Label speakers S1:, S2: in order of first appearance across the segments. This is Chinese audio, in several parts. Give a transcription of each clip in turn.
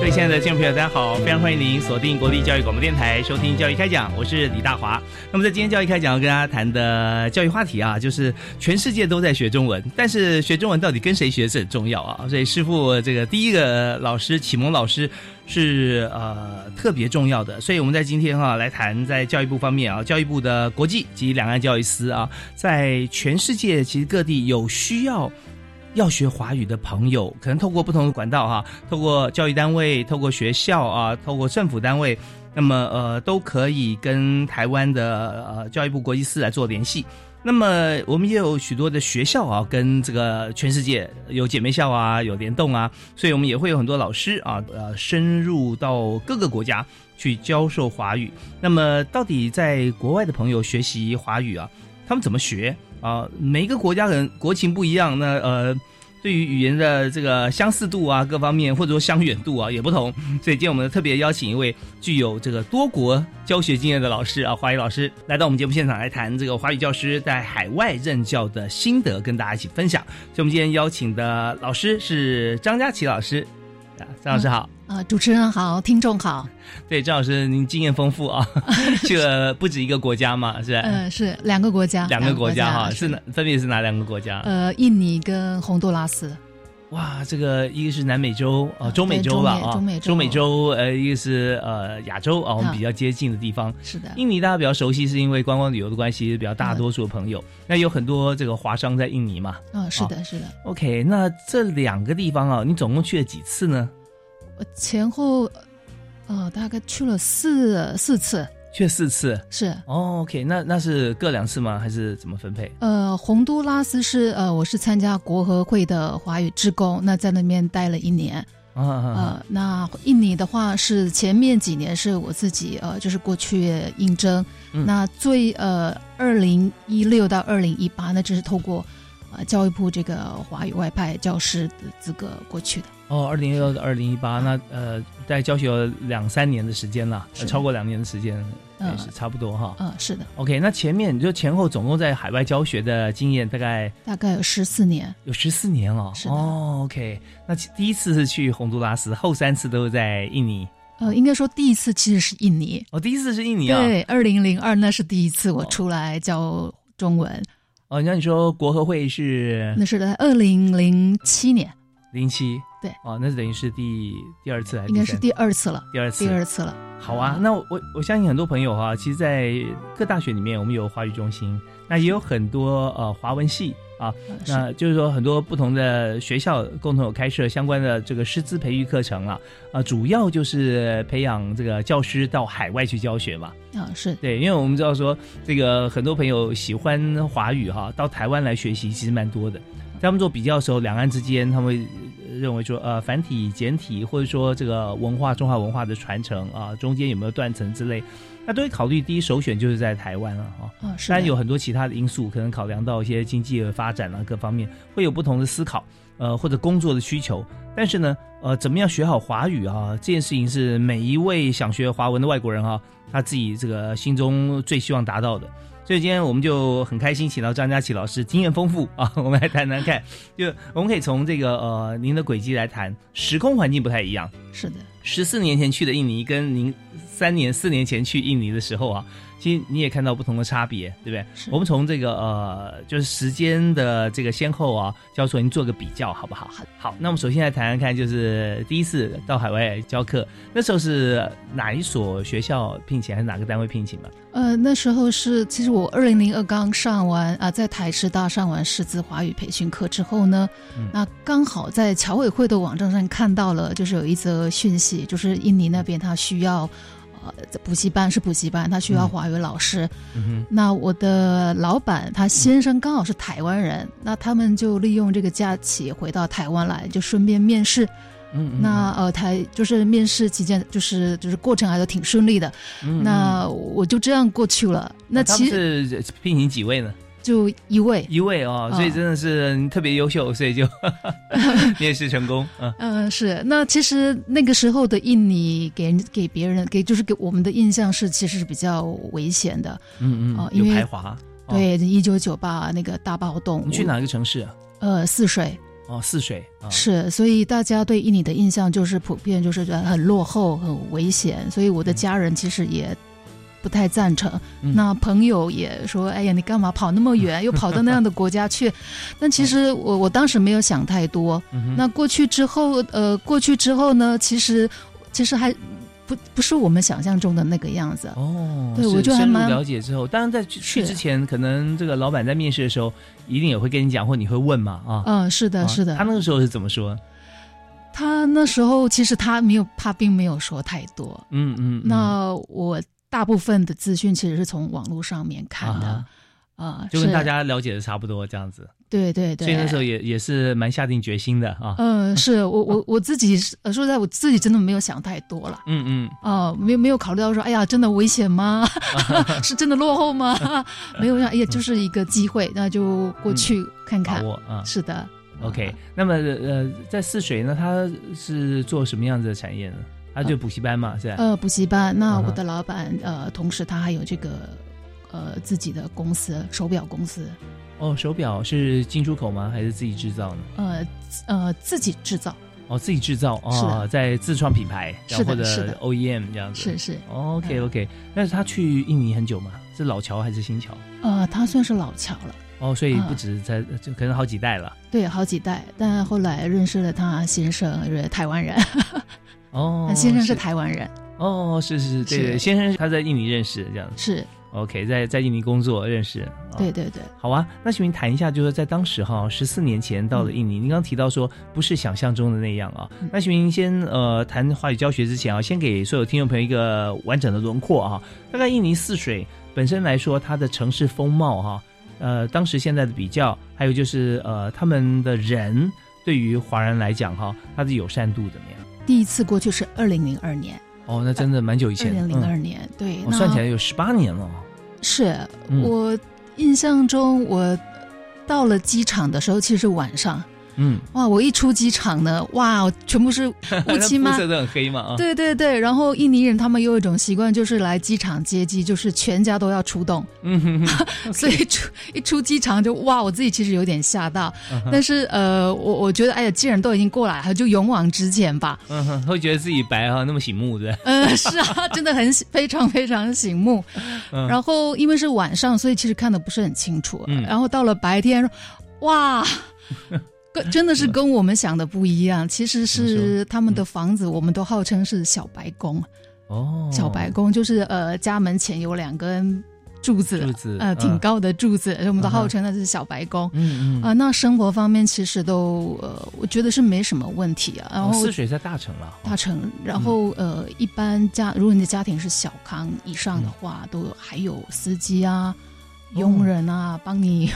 S1: 各位亲爱的听众朋友，大家好，非常欢迎您锁定国立教育广播电台收听《教育开讲》，我是李大华。那么在今天《教育开讲》要跟大家谈的教育话题啊，就是全世界都在学中文，但是学中文到底跟谁学是很重要啊。所以师傅这个第一个老师启蒙老师是呃特别重要的，所以我们在今天哈、来谈在教育部方面啊，教育部的国际及两岸教育司啊，在全世界其实各地有需要。要学华语的朋友，可能透过不同的管道哈、透过教育单位、透过学校啊、透过政府单位，那么呃都可以跟台湾的呃教育部国际司来做联系。那么呃我们也有许多的学校啊，跟这个全世界有姐妹校啊，有联动啊，所以我们也会有很多老师啊，呃，深入到各个国家去教授华语。那么到底在国外的朋友学习华语啊，他们怎么学啊？每一个国家可能国情不一样，那呃，对于语言的这个相似度啊，各方面或者说相远度啊也不同。所以今天我们特别邀请一位具有这个多国教学经验的老师啊，华语老师来到我们节目现场来谈这个华语教师在海外任教的心得，跟大家一起分享。所以我们今天邀请的老师是张佳琪老师。啊，张老师好，
S2: 呃，主持人好，听众好，
S1: 对张老师您经验丰 富啊，去了不止一个国家嘛，是吧？
S2: 呃，是两个国家，
S1: 哎两个国家哈，是
S2: 是
S1: 哪分别是哪两个国家？
S2: 呃，印尼跟洪都拉斯，
S1: 哇，这个一个是南美洲啊，
S2: 啊
S1: 中美洲吧
S2: 对
S1: 啊，
S2: 中美
S1: 中
S2: 中
S1: 美
S2: 美
S1: 洲，呃，一个是呃亚洲啊，我们
S2: 啊
S1: 比较接近的地方。
S2: 是的，
S1: 印尼大家比较熟悉，是因为观光旅游的关系，比较大
S2: 嗯
S1: 多数的朋友。那有很多这个华商在印尼嘛。
S2: 嗯、是
S1: 哦
S2: 的，是的，
S1: OK，那这两个地方啊，你总共去了几次呢？
S2: 我前后呃大概去了四四次，
S1: 去了四次。
S2: 是。
S1: 哦，OK，那那是各两次吗？还是怎么分配？
S2: 呃，洪都拉斯是呃，我是参加国合会的华语志工，那在那边待了一年。
S1: 啊啊，啊
S2: 呃，那印尼的话是前面几年是我自己呃，就是过去应征，
S1: 嗯
S2: 那最呃二零一六到二零一八，那这是透过呃教育部这个华语外派教师的资格过去的。
S1: 哦，二零一六到二零一八，那呃，在教学有两三年的时间了，呃
S2: 是
S1: 超过两年的时间，也
S2: 嗯
S1: 是差不多哈。
S2: 呃，是的，
S1: OK，那前面你就前后总共在海外教学的经验大概
S2: 大概有十四年。
S1: 有十四年了。
S2: 是的
S1: 哦，OK，那其第一次是去洪都拉斯，后三次都是在印尼。
S2: 呃，应该说第一次其实是印尼，
S1: 哦，第嗯一次是印尼啊。
S2: 对，二零零二那是第一次我
S1: 哦
S2: 出来教中文，
S1: 哦，那你说国合会是
S2: 那是在二零零七年，
S1: 零七。
S2: 对
S1: 哦，那等于是第第二次还是
S2: 应该是
S1: 三
S2: 第二次了，
S1: 第二次。
S2: 第二次了。
S1: 好啊，那我我相信很多朋友哈、其实，在各大学里面，我们有华语中心，那也有很多呃华文系啊，
S2: 呃是
S1: 那就是说，很多不同的学校共同有开设相关的这个师资培育课程了、啊，主要就是培养这个教师到海外去教学嘛。
S2: 啊、是
S1: 对，因为我们知道说，这个很多朋友喜欢华语哈、到台湾来学习其实蛮多的。在他们做比较的时候，两岸之间他们会呃认为说，呃，繁体、简体，或者说这个文化、中华文化的传承啊，中间有没有断层之类，那都会考虑第一首选就是在台湾了、哈。
S2: 啊、是
S1: 当
S2: 的
S1: 然有很多其他的因素，可能考量到一些经济的发展啊，各方面会有不同的思考，呃，或者工作的需求。但是呢，呃，怎么样学好华语啊，这件事情是每一位想学华文的外国人啊，他自己这个心中最希望达到的。所以今天我们就很开心，请到张佳琪老师，经验丰富啊，我们来谈谈看，就我们可以从这个呃您的轨迹来谈，时空环境不太一样。
S2: 是的。
S1: 十四年前去的印尼，跟您三年、四年前去印尼的时候啊，其实你也看到不同的差别，对不对？
S2: 是
S1: 我们从这个呃，就是时间的这个先后啊，教授您做个比较，好不好？好，那我们首先来谈谈看，就是第一次到海外教课，那时候是哪一所学校聘请，还是哪个单位聘请呢？
S2: 呃，那时候是，其实我二零零二刚上完啊、在台师大上完师资华语培训课之后呢，
S1: 嗯
S2: 那刚好在侨委会的网站上看到了，就是有一则讯息，就是印尼那边他需要。呃，补习班是补习班，他需要
S1: 嗯
S2: 华语老师。
S1: 嗯哼，
S2: 那我的老板他先生刚好是台湾人，那他们就利用这个假期回到台湾来，就顺便面试。
S1: 嗯嗯
S2: 那呃，台就是面试期间，就是就是过程还都挺顺利的。
S1: 嗯嗯
S2: 那我就这样过去了。那
S1: 啊他
S2: 其
S1: 们
S2: 实
S1: 是聘请几位呢？
S2: 就一位，
S1: 一位哦，所以真的是你特别优秀，所以就 面试成功。嗯
S2: 嗯、是。那其实那个时候的印尼给人给别人给就是给我们的印象是其实是比较危险的。
S1: 嗯
S2: 哦
S1: 有
S2: 因为
S1: 排华。哦
S2: 对，一九九八那个大暴动，
S1: 你去？哪个城市啊？
S2: 呃，泗水
S1: 哦，泗水啊。
S2: 是，所以大家对印尼的印象就是普遍就是觉得很落后、很危险，所以我的家人其实也。不太赞成，
S1: 嗯
S2: 那朋友也说：“哎呀，你干嘛跑那么 远，又跑到那样的国家去？”但其实我我当时没有想太多，
S1: 嗯哼
S2: 那过去之后，呃，过去之后呢，其实其实还不不是我们想象中的那个样子。
S1: 哦，
S2: 对
S1: 是
S2: 我就还
S1: 深入
S2: 蛮
S1: 了解之后，当然在去去
S2: 是
S1: 之前，可能这个老板在面试的时候，一定也会跟你讲，或你会问嘛啊。
S2: 嗯，是的，
S1: 啊
S2: 是的。
S1: 他那个时候是怎么说？
S2: 他那时候其实他没有，他并没有说太多。
S1: 嗯嗯。嗯
S2: 那我大部分的资讯其实是从网络上面看的，
S1: 啊
S2: 啊、
S1: 就跟
S2: 是
S1: 大家了解的差不多这样子，
S2: 对对对。
S1: 所以那时候也也是蛮下定决心的啊。
S2: 嗯，是我我我自己是呃说实在我自己真的没有想太多了。
S1: 嗯嗯，
S2: 哦，没有没有考虑到说，哎呀，真的危险 吗？ 是真的落后吗？ 没有让，
S1: 嗯
S2: 哎呀，就是一个机会，那就过去看
S1: 把
S2: 看。
S1: 握啊。
S2: 是的。
S1: 嗯 OK，那么呃，在泗水呢，他是做什么样子的产业呢？他就补习班嘛，是吧？
S2: 嗯呃，补习班。那
S1: 嗯哼
S2: 我的老板，呃，同时他还有这个，呃，自己的公司，手表公司，
S1: 哦，手表是进出口吗？还是自己制造呢？
S2: 呃呃，自己制造。
S1: 哦，自己制造
S2: 是
S1: 哦，
S2: 的
S1: 在自创品牌，然后
S2: 是的
S1: 或者
S2: 是的
S1: OEM 这样子。哦
S2: 是嗯是，
S1: OK OK，但是他去印尼很久吗？是老侨还是新侨？
S2: 呃，他算是老乔了，
S1: 哦，所以
S2: 嗯
S1: 不止在，就可能好几代了。
S2: 对，好几代。但后来认识了他先生，是台湾人，
S1: 哦，
S2: 他先生是台湾人，
S1: 哦，是是是，对
S2: 是
S1: 对，先生他在印尼认识这样子。
S2: 是
S1: OK，在在印尼工作认识。哦
S2: 对对对。
S1: 好啊，那请您谈一下，就是在当时哈，十四年前到了
S2: 嗯
S1: 印尼，您刚刚提到说不是想象中的那样啊。那请您先呃谈华语教学之前啊，先给所有听众朋友一个完整的轮廓啊。大概印尼泗水本身来说，它的城市风貌哈、呃，当时现在的比较，还有就是呃他们的人对于华人来讲哈、他的友善度怎么样？
S2: 第一次过去是二零零二年，
S1: 哦，那真的蛮久以
S2: 二
S1: 前，
S2: 零零二
S1: 嗯
S2: 年，啊对，
S1: 哦
S2: 那
S1: 算起来有十八年了哦。
S2: 是、
S1: 嗯
S2: 我印象中，我到了机场的时候，其实是晚上，
S1: 嗯，
S2: 哇，我一出机场呢，哇，全部 是乌漆
S1: 那
S2: 嘛
S1: 肤。色都很黑嘛啊。
S2: 对对对，然后印尼人他们有一种习惯，就是来机场接机，就是全家都要出动，
S1: 嗯哼哼，
S2: 所以出一出机场就哇，我自己其实有点吓到，
S1: 嗯
S2: 但是呃，我我觉得哎呀，既然都已经过来了，就勇往直前吧。
S1: 嗯哼，会觉得自己白啊哈、那么醒目的。
S2: 嗯，是啊，真的很醒非常非常醒目。
S1: 嗯
S2: 然后因为是晚上，所以其实看的不是很清楚。
S1: 嗯
S2: 然后到了白天，哇，跟真的是跟我们想的不一样。其实
S1: 怎么嗯
S2: 是他们的房子，我们都号称是小白宫。
S1: 哦，
S2: 小白宫就是呃，家门前有两根柱子，
S1: 柱子
S2: 呃，挺
S1: 嗯
S2: 高的柱子，我们都
S1: 嗯哼
S2: 号称那是小白宫。
S1: 嗯
S2: 啊、那生活方面其实都呃，我觉得是没什么问题啊。然
S1: 哦嗯
S2: 后
S1: 泗水在大城了，
S2: 大成，然后、呃，一般家如果你的家庭是小康以上的话，都还有司机啊、佣人啊、帮你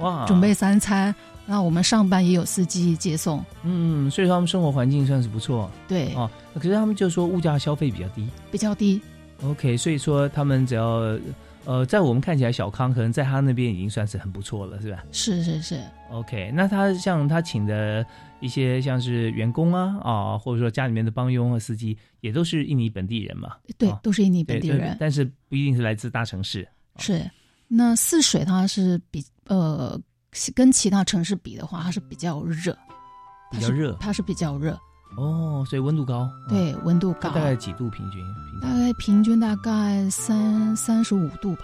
S1: 哇，
S2: 准备三餐。那我们上班也有司机接送，
S1: 嗯，所以说他们生活环境算是不错
S2: 对，
S1: 哦。可是他们就说物价消费比较低
S2: 比较低。
S1: ，OK，所以说他们只要呃，在我们看起来小康，可能在他那边已经算是很不错了，是吧
S2: 是是是，
S1: ？OK，那他像他请的一些像是员工啊啊、或者说家里面的帮佣和司机，也都是印尼本地人嘛，
S2: 对，
S1: 哦
S2: 都是印尼
S1: 对
S2: 本地
S1: 对
S2: 人。
S1: 但是不一定是来自大城市。
S2: 是，那泗水它是比呃跟其他城市比的话，它是比较热，
S1: 比
S2: 它
S1: 较
S2: 是
S1: 热
S2: 它是比较热。
S1: 哦，所以温度高，哦，
S2: 对，温度
S1: 它
S2: 高，
S1: 大概几度平均？平
S2: 大
S1: 常
S2: 概平均大概三三十五度吧。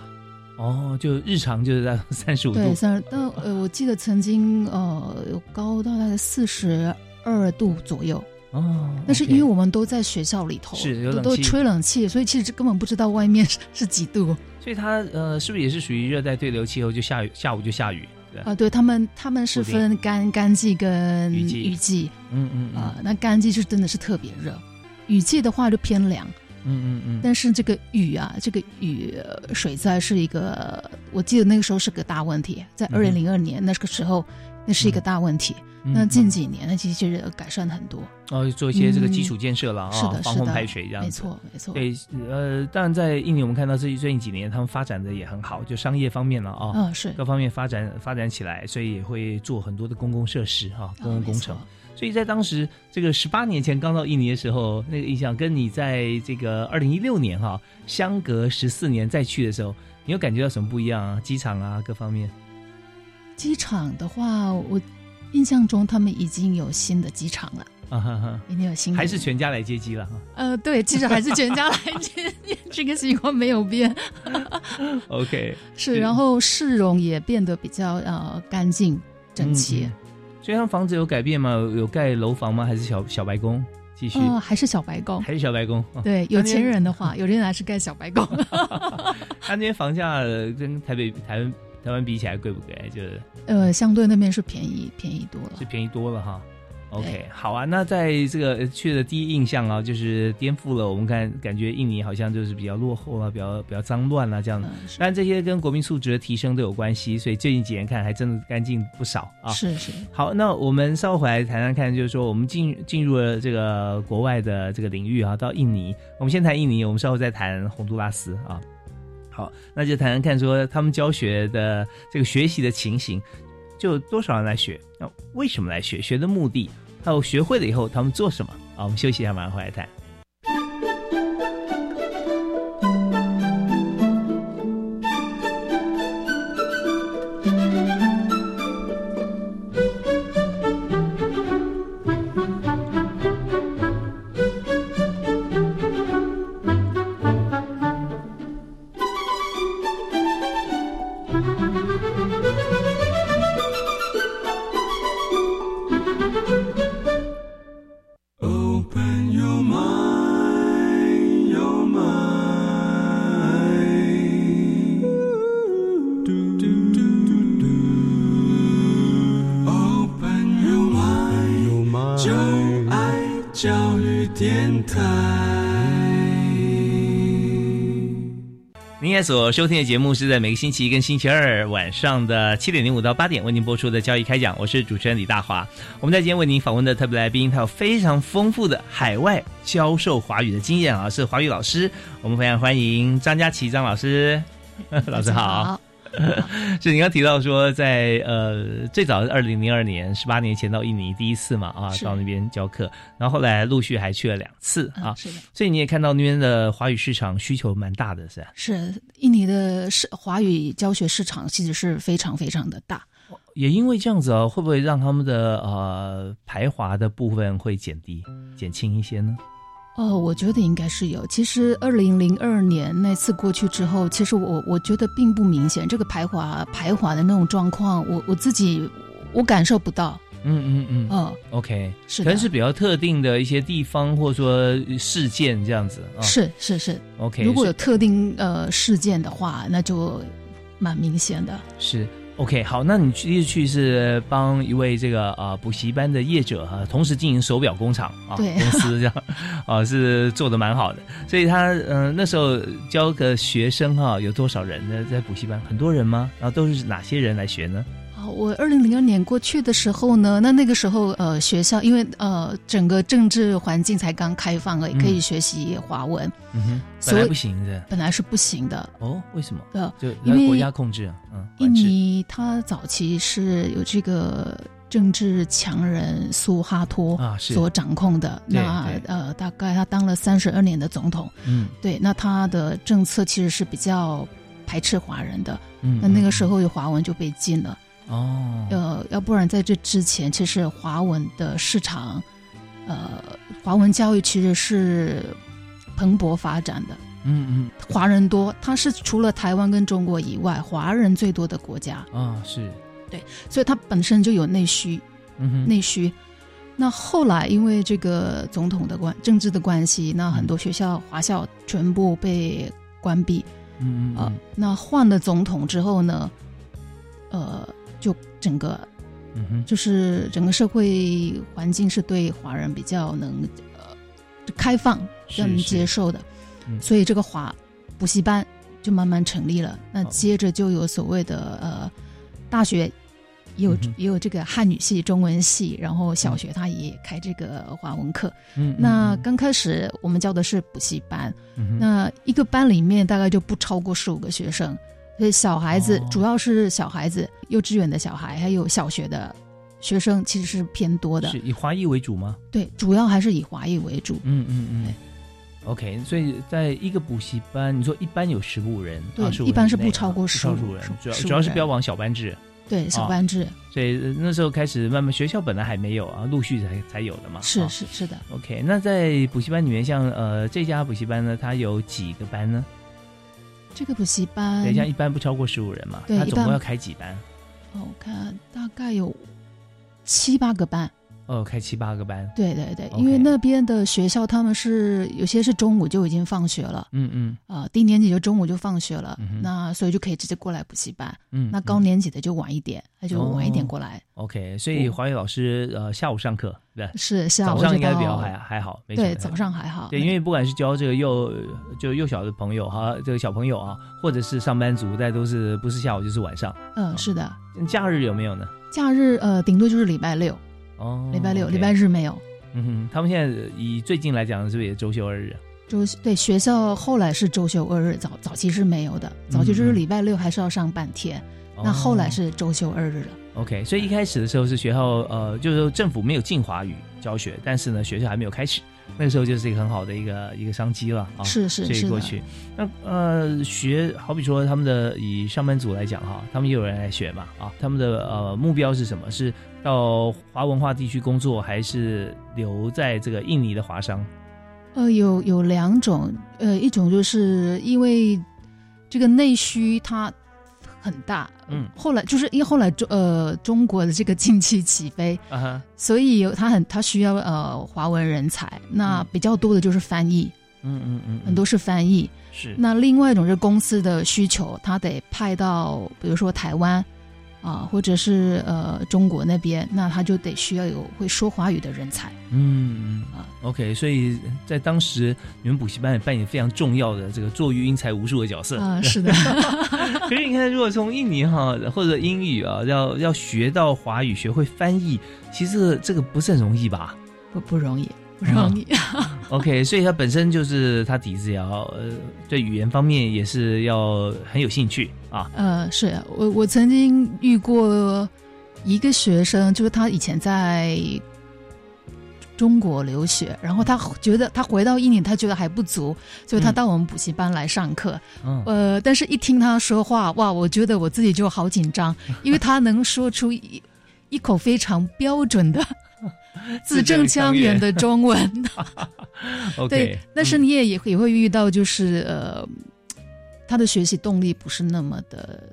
S1: 哦，就日常就是在 三十五
S2: 对，
S1: 度，
S2: 三十，但呃，我记得曾经呃有高到大概四十二度左右，
S1: 哦，
S2: 但是因为
S1: OK
S2: 我们都在学校里头，
S1: 是有
S2: 都
S1: 冷
S2: 都
S1: 气
S2: 吹冷气，所以其实根本不知道外面是是几度
S1: 所以它呃，是不是也是属于热带对流气候？就下雨，下午就下雨，对
S2: 啊、
S1: 吧，
S2: 对他们，他们是
S1: 固定
S2: 分干干季跟
S1: 雨季
S2: 雨季
S1: 嗯嗯
S2: 啊、
S1: 嗯
S2: 那干季就真的是特别热，雨季的话就偏凉，
S1: 嗯嗯嗯，
S2: 但是这个雨啊，这个雨呃水灾是一个，我记得那个时候是个大问题，在
S1: 嗯
S2: 二
S1: 哼
S2: 零零二年那个时候，那是一个
S1: 嗯
S2: 大问题。
S1: 嗯
S2: 那
S1: 嗯
S2: 近几年呢，其实改善很多，
S1: 哦，做一些这个基础建设了啊、
S2: 嗯是的，
S1: 防
S2: 是
S1: 洪
S2: 的，
S1: 排水这样
S2: 没
S1: 子。
S2: 错，没错。
S1: 对，呃，当然在印尼我们看到最最近几年他们发展的也很好，就商业方面了啊、
S2: 嗯，是
S1: 各方面发展发展起来，所以也会做很多的公共设施哈、公
S2: 啊
S1: 共
S2: 没
S1: 工程。
S2: 错
S1: 所以在当时这个十八年前刚到印尼的时候，那个印象跟你在这个二零一六年哈、相隔十四年再去的时候，你有感觉到什么不一样啊？机场啊，各方面。
S2: 机场的话，我印象中他们已经有新的机场了，
S1: 啊哈哈，
S2: 已经有新的
S1: 还是全家来接机了哈。
S2: 呃，对，其实还是全家来 接，这个习惯没有变。
S1: OK，
S2: 是，
S1: 是
S2: 然后市容也变得比较呃干净整齐。
S1: 嗯所以他们房子有改变吗？有有盖楼房吗？还是小小白宫继续？
S2: 呃，还是小白宫。
S1: 嗯还是小白宫？哦
S2: 对，有钱人的话，有钱人还是盖小白宫。
S1: 他那边房价呃跟台北、台湾、台湾比起来贵不贵？就是
S2: 呃，相对那边是便宜，便宜多了
S1: 是。便宜多了哈。OK，
S2: 对
S1: 好啊。那在这个呃去的第一印象啊，就是颠覆了我们看感觉印尼好像就是比较落后啊，比较比较脏乱啊这样的。
S2: 嗯，是
S1: 但这些跟国民素质的提升都有关系，所以最近几年看还真的干净不少啊。
S2: 嗯是是，
S1: 好，那我们稍后回来谈谈看，就是说我们进进入了这个国外的这个领域啊，到印尼，我们先谈印尼，我们稍后再谈洪都拉斯啊。好，那就谈谈看说他们教学的这个学习的情形，就多少人来学，那为什么来学，学的目的，还有学会了以后他们做什么啊？我们休息一下，马上回来谈。
S3: Open your mind, your mind. Do, do, do, do, do. Open your mind, your mind. 就爱教育电台。
S1: 您现在所收听的节目是在每个星期一跟星期二晚上的七点零五到八点为您播出的交易开讲，我是主持人李大华。我们在今天为您访问的特别来宾，他有非常丰富的海外教授华语的经验啊，是华语老师。我们非常欢迎张佳琪张老师， 老师
S2: 大家
S1: 好。，是你刚提到说在，呃最早是二零零二年，十八年前到印尼第一次嘛啊，
S2: 是
S1: 到那边教课，然后后来陆续还去了两次
S2: 嗯
S1: 啊，
S2: 是的，
S1: 所以你也看到那边的华语市场需求蛮大的，是吧？
S2: 是印尼的市华语教学市场其实是非常非常的大。
S1: 也因为这样子啊、会不会让他们的呃排华的部分会减低、减轻一些呢？
S2: 哦，我觉得应该是有。其实，二零零二年那次过去之后，其实我我觉得并不明显，这个排华排华的那种状况，我我自己我感受不到。
S1: 嗯嗯嗯、
S2: 哦，
S1: o k
S2: 是
S1: 可
S2: 的，
S1: 能是比较特定的一些地方或者说事件这样子啊。
S2: 是是是，
S1: OK，
S2: 如果有
S1: 是
S2: 特定呃事件的话，那就蛮明显的。
S1: 是 OK 好，那你去第一次去是帮一位这个呃补习班的业者啊，同时经营手表工厂啊
S2: 对
S1: 公司 这样啊，是做的蛮好的。所以他嗯、呃那时候教个学生哈、有多少人呢？在补习班很多人吗？然后都是哪些人来学呢？
S2: 啊，我二零零二年过去的时候呢，那那个时候呃，学校因为呃整个政治环境才刚开放而已，
S1: 嗯
S2: 可以学习华文，
S1: 嗯哼，本
S2: 所
S1: 来
S2: 以
S1: 不行的。
S2: 本来是不行的。
S1: 哦，为什么？
S2: 呃，
S1: 就
S2: 因
S1: 那
S2: 为
S1: 国家控制啊，嗯，
S2: 印
S1: 管制
S2: 尼它早期是有这个政治强人苏哈托
S1: 啊是
S2: 所掌控的，
S1: 对
S2: 那
S1: 对
S2: 呃大概他当了三十二年的总统，
S1: 嗯
S2: 对，那他的政策其实是比较排斥华人的，
S1: 嗯
S2: 那那个时
S1: 候
S2: 候有华文就被禁了。
S1: 哦，
S2: 呃，要不然在这之前，其实华文的市场呃，华文教育其实是蓬勃发展的，
S1: 嗯
S2: 华人多，它是除了台湾跟中国以外，华人最多的国家，
S1: 嗯啊是，
S2: 所以它本身就有内需，
S1: 嗯哼
S2: 内需。那后来因为这个总统的关政治的关系，那
S1: 嗯
S2: 很多学校、华校全部被关闭。
S1: 嗯嗯
S2: 呃，那换了总统之后呢，呃，就整个
S1: 嗯哼
S2: 就是整个社会环境是对华人比较能呃开放、
S1: 是
S2: 更
S1: 是
S2: 接受的，
S1: 嗯
S2: 所以这个华补习班就慢慢成立了。那
S1: 哦
S2: 接着就有所谓的呃大学。也有
S1: 嗯哼
S2: 也有这个汉语系、中文系，然后小学他也开这个华文课。
S1: 嗯
S2: 那刚开始我们教的是补习班，
S1: 嗯哼
S2: 那一个班里面大概就不超过十五个学生，所以小孩子、
S1: 哦
S2: 主要是小孩子，幼稚园的小孩还有小学的学生其实是偏多的
S1: 是，以华裔为主吗？
S2: 对，主要还是以华裔为主。
S1: 嗯嗯嗯。OK，所以在一个补习班，你说一般有十五人，
S2: 对
S1: 25
S2: 一般是
S1: 人以内
S2: 不超
S1: 啊
S2: 过
S1: 不超
S2: 15
S1: 过人，主要
S2: 15
S1: 主要是
S2: 人
S1: 标榜小班制，
S2: 对，小班制、
S1: 所以呃那时候开始慢慢学校本来还没有啊，陆续才才有的嘛。
S2: 是
S1: 啊
S2: 是是的，
S1: OK，那在补习班里面，像呃这家补习班呢，它有几个班呢？
S2: 这个补习班
S1: 对，像一般不超过十五人嘛，
S2: 嗯对
S1: 它
S2: 一
S1: 总共
S2: 般
S1: 要开几班？
S2: 哦我看大概有七八个班，
S1: 哦，开七八个班。
S2: 对对对
S1: OK
S2: 因为那边的学校他们是有些是中午就已经放学了。
S1: 嗯嗯
S2: 啊、低年级就中午就放学了，
S1: 嗯哼
S2: 那所以就可以直接过来补习班。
S1: 嗯。
S2: 那
S1: 嗯
S2: 高年级的就晚一点，他就晚一点
S1: 哦
S2: 过来。
S1: OK，所以华语老师呃下午上课，对吧，
S2: 是啊下
S1: 早
S2: 午
S1: 上
S2: 就
S1: 应该
S2: 到
S1: 比较还还好，没什
S2: 对
S1: 么太
S2: 早上还好。
S1: 对，因为不管是教这个幼就幼小的朋友哈，这个小朋友啊，或者是上班族，但都是不是下午就是晚上。
S2: 嗯是的，
S1: 假日有没有呢？
S2: 假日呃顶多就是礼拜六，
S1: 哦，
S2: 礼拜六、
S1: OK
S2: 礼拜。日没有。
S1: 嗯哼，他们现在以最近来讲，是不是也周休二日？啊
S2: 周对学校后来是周休二日，早早期是没有的，早期
S1: 嗯
S2: 就是礼拜六还是要上半天，那后来是周休二日了。
S1: 哦 OK，所以一开始的时候是学校呃，就是说政府没有进华语教学，但是呢，学校还没有开始，那个时候就是一个很好的一个一个商机了啊。
S2: 是是
S1: 所以
S2: 是
S1: 过
S2: 的，
S1: 去，那呃，学好比说他们的以上班族来讲哈，他们也有人来学嘛啊，他们的呃目标是什么？是到华文化地区工作，还是留在这个印尼的华商？
S2: 呃有有两种，呃一种就是因为这个内需它很大，
S1: 嗯
S2: 后来就是因为后来中呃中国的这个经济起飞，
S1: 啊哈，
S2: 所以有他很他需要呃华文人才，那
S1: 嗯
S2: 比较多的就是翻译，
S1: 嗯嗯嗯，嗯
S2: 很多是翻译。
S1: 是
S2: 那另外一种是公司的需求，他得派到比如说台湾啊、或者是呃中国那边，那他就得需要有会说华语的人才
S1: 嗯
S2: 啊。
S1: OK，所以在当时你们补习班也扮演非常重要的这个做育英才无数的角色
S2: 啊、是 的，
S1: 可是你看，如果从印尼哈或者英语啊，要要学到华语，学会翻译，其实这个这个不是很容 易吧？
S2: 不不容易，不容易。
S1: OK，所以他本身就是他底子也要呃，对语言方面也是要很有兴趣啊。
S2: 呃，是我我曾经遇过一个学生，就是他以前在中国留学，然后他觉得他回到印尼，他觉得还不足，所以他
S1: 嗯
S2: 到我们补习班来上课。
S1: 嗯，
S2: 呃，但是一听他说话，哇，我觉得我自己就好紧张，因为他能说出一一口非常标准的 字正腔圆的中文。
S1: OK，
S2: 对，但是
S1: 嗯
S2: 你也也也会遇到，就是呃，他的学习动力不是那么的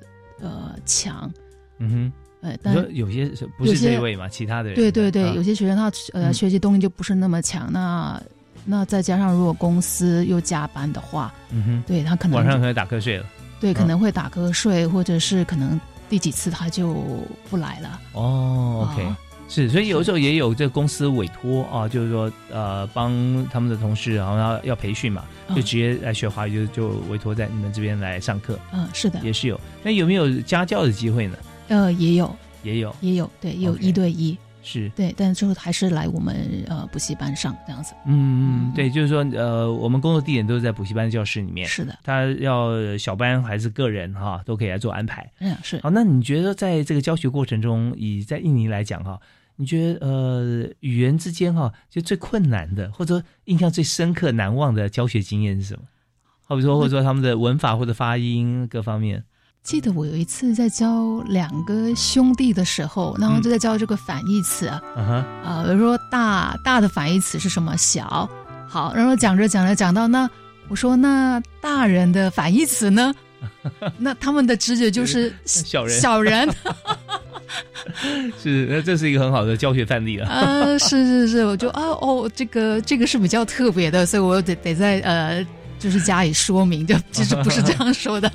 S2: 呃强，
S1: 嗯
S2: 呃，
S1: 哼，你
S2: 但
S1: 说有些是不是
S2: 有些
S1: 这一位嘛，其他的人
S2: 对对对，
S1: 啊
S2: 有些学生他呃
S1: 嗯
S2: 学习动力就不是那么强，那那再加上如果公司又加班的话，
S1: 嗯
S2: 对他可
S1: 哼，
S2: 能
S1: 晚上可能打瞌睡了。
S2: 对可
S1: 嗯
S2: 能会打瞌睡，或者是可能第几次他就不来了。
S1: 哦，OK，、
S2: 啊
S1: 是，所以有的时候也有这个公司委托啊，就是说呃，帮他们的同事，然后要要培训嘛，
S2: 嗯
S1: 就直接来学华语，就就委托在你们这边来上课，
S2: 嗯，是的，
S1: 也是有。那有没有家教的机会呢？
S2: 呃，也有
S1: 也有，
S2: 也有，对，也有
S1: OK
S2: 一对一
S1: 是。
S2: 对，但最后还是来我们呃补习班上这样子。
S1: 嗯，嗯，
S2: 嗯
S1: 对，就是说，呃，我们工作地点都是在补习班的教室里面，
S2: 是的，
S1: 他要小班还是个人哈，都可以来做安排。
S2: 嗯，是
S1: 好，那你觉得在这个教学过程中，以在印尼来讲哈，你觉得呃，语言之间哈，就最困难的，或者说印象最深刻、难忘的教学经验是什么？好比说，或者说他们的文法或者发音各方面，
S2: 记得我有一次在教两个兄弟的时候，然后就在教这个反义词啊，
S1: 嗯哼，
S2: 啊，我说大大的反义词是什么？小。好，然后讲着讲着讲到那，我说那大人的反义词 呢？那他们的直觉就是
S1: 小人
S2: 小人，
S1: 是，那这是一个很好的教学范例 啊了。
S2: 呃，是是是，我就啊哦，这个这个是比较特别的，所以我得得在呃，就是加以说明，就其实不是这样说 的。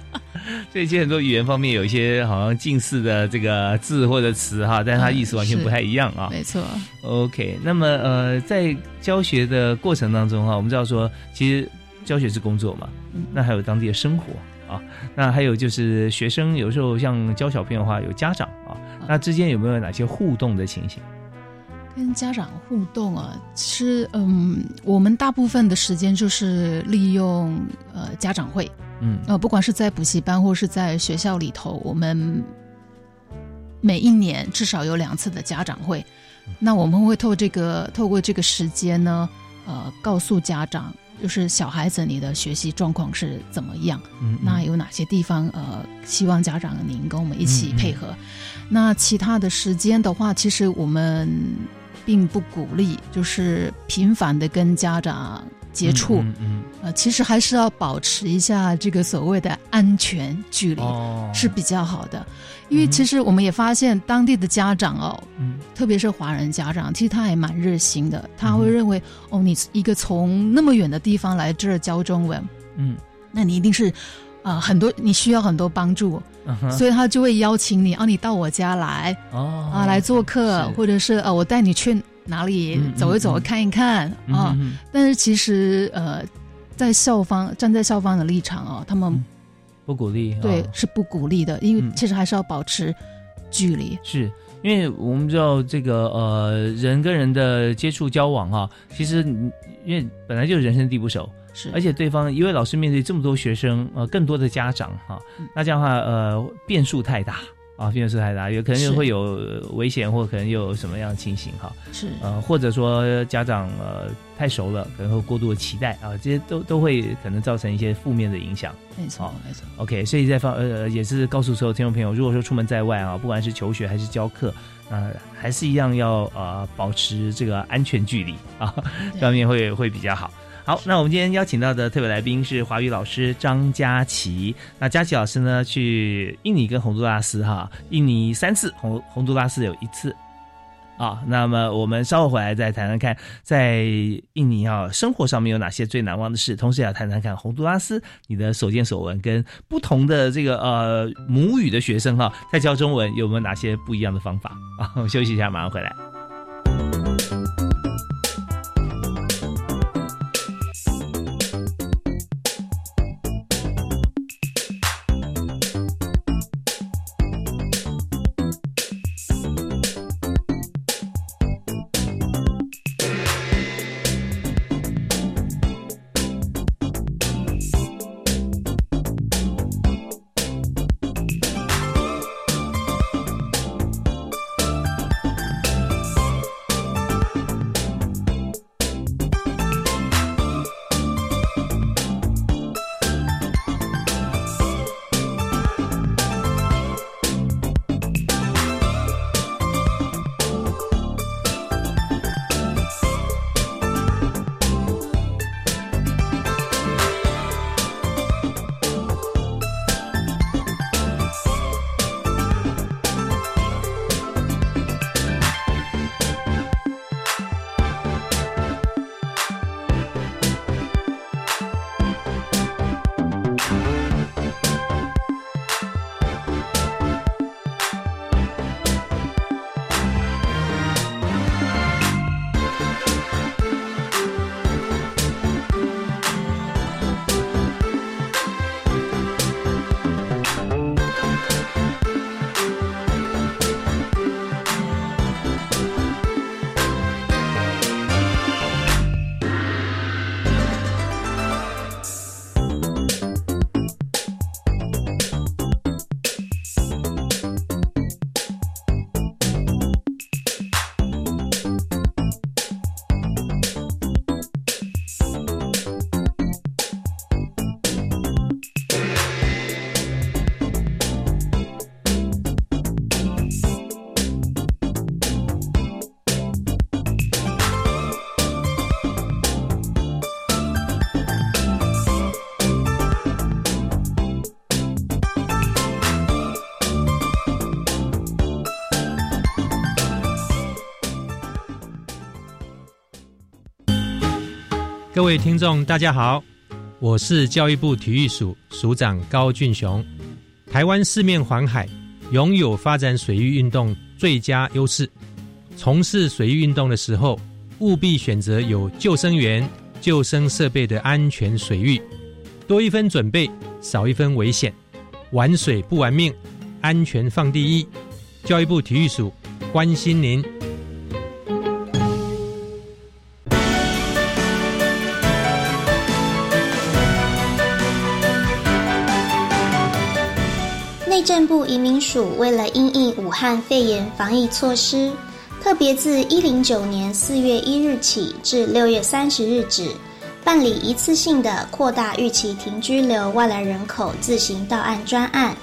S1: 所以其实很多语言方面有一些好像近似的这个字或者词哈，但是它意思完
S2: 嗯
S1: 全
S2: 是
S1: 不太一样啊。
S2: 没错，
S1: OK，那么呃，在教学的过程当中哈，我们知道说，其实教学是工作嘛，
S2: 嗯
S1: 那还有当地的生活啊，那还有就是学生有时候像教小朋友的话，有家长啊，
S2: 嗯
S1: 那之间有没有哪些互动的情形？
S2: 跟家长互动啊，其实嗯，我们大部分的时间就是利用呃家长会，
S1: 嗯
S2: 呃，不管是在补习班或是在学校里头，我们每一年至少有两次的家长会。那我们会透这个透过这个时间呢，呃，告诉家长，就是小孩子你的学习状况是怎么样，
S1: 嗯，
S2: 那
S1: 嗯
S2: 有哪些地方呃，希望家长您跟我们一起
S1: 嗯嗯
S2: 配合。那其他的时间的话，其实我们并不鼓励，就是频繁的跟家长接触。
S1: 嗯嗯
S2: 呃，其实还是要保持一下这个所谓的安全距
S1: 嗯
S2: 离
S1: 哦
S2: 是比较好的，因为
S1: 嗯哼
S2: 其实我们也发现当地的家长哦，
S1: 嗯
S2: 特别是华人家长，其实他也蛮热心的，他
S1: 嗯
S2: 会
S1: 哼
S2: 认为、哦，你一个从那么远的地方来这儿教中文，
S1: 嗯
S2: 那你一定是。啊、很多你需要很多帮助，
S1: 嗯哼
S2: 所以他就会邀请你啊，你到我家来
S1: 哦
S2: 啊，来做客
S1: 是，
S2: 或者是呃，我带你去哪里
S1: 嗯嗯
S2: 走一走，
S1: 嗯
S2: 看一看
S1: 嗯
S2: 啊。
S1: 嗯
S2: 但是其实呃，在校方站在校方的立场哦，他们
S1: 嗯不鼓励
S2: 对、
S1: 啊
S2: 是不鼓励的，因为
S1: 嗯
S2: 其实还是要保持距离。
S1: 是因为我们知道这个呃人跟人的接触交往哈、其实你因为本来就是人生地不熟，
S2: 是，
S1: 而且对方一位老师面对这么多学生，呃，更多的家长哈、
S2: 嗯
S1: 那这样的话呃变数太大啊，变数太大，有可能
S2: 是
S1: 会有呃危险，或可能又有什么样的情形哈、
S2: 是
S1: 呃，或者说家长呃太熟了，可能会过度的期待啊，这些都都会可能造成一些负面的影响。
S2: 没错
S1: 哦
S2: 没错，
S1: OK，所以在方呃也是告诉所有听众朋友，如果说出门在外啊，不管是求学还是教课，呃，还是一样要呃保持这个安全距离啊，
S2: 对
S1: 这 方面会会比较好。好，那我们今天邀请到的特别来宾是华语老师张佳琪。那佳琪老师呢，去印尼跟洪都拉斯哈，印尼三次，洪洪都拉斯有一次。啊，那么我们稍后回来再谈谈看，在印尼啊生活上面有哪些最难忘的事，同时也要谈谈看洪都拉斯你的所见所闻，跟不同的这个呃母语的学生哈、在教中文有没有哪些不一样的方法 啊？我们休息一下，马上回来。
S4: 各位听众，大家好，我是教育部体育署署长高俊雄。台湾四面环海，拥有发展水域运动最佳优势。从事水域运动的时候，务必选择有救生员、救生设备的安全水域，多一分准备，少一分危险。玩水不玩命，安全放第一。教育部体育署关心您。
S5: 内政部移民署为了因应武汉肺炎防疫措施，特别自一零九年四月一日起至六月三十日止，办理一次性的扩大预期停居留外来人口自行到案专案，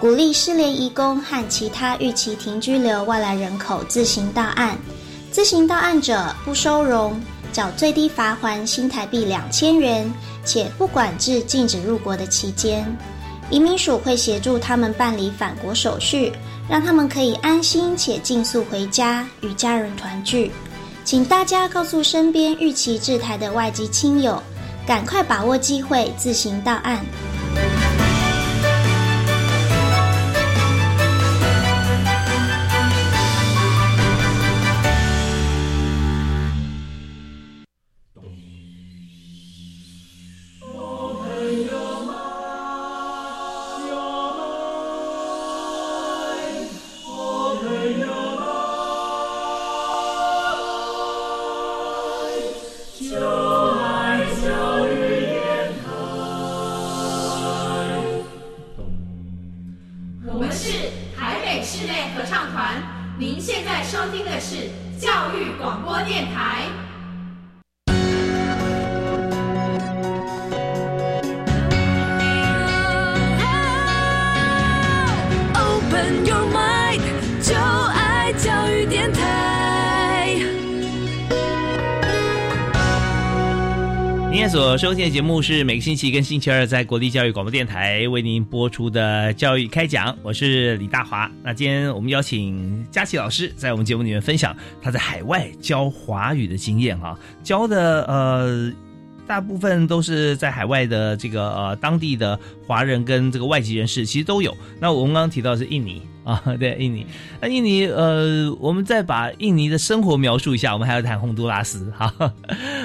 S5: 鼓励失联移工和其他预期停居留外来人口自行到案。自行到案者不收容，缴最低罚还新台币两千元，且不管至禁止入国的期间。移民署会协助他们办理返国手续，让他们可以安心且尽速回家与家人团聚。请大家告诉身边预期至台的外籍亲友，赶快把握机会自行到案。
S6: 我们是台北室内合唱团，您现在收听的是教育广播电台。
S7: Open your mind，就爱教育电台。
S1: 您现在所收听的节目是每个星期跟星期二在国立教育广播电台为您播出的教育开讲，我是李大华。那今天我们邀请佳琪老师在我们节目里面分享他在海外教华语的经验啊，教的呃。大部分都是在海外的这个呃当地的华人跟这个外籍人士，其实都有。那我们刚刚提到的是印尼啊， 对印尼，那印尼呃，我们再把印尼的生活描述一下，我们还要谈洪都拉斯哈。 好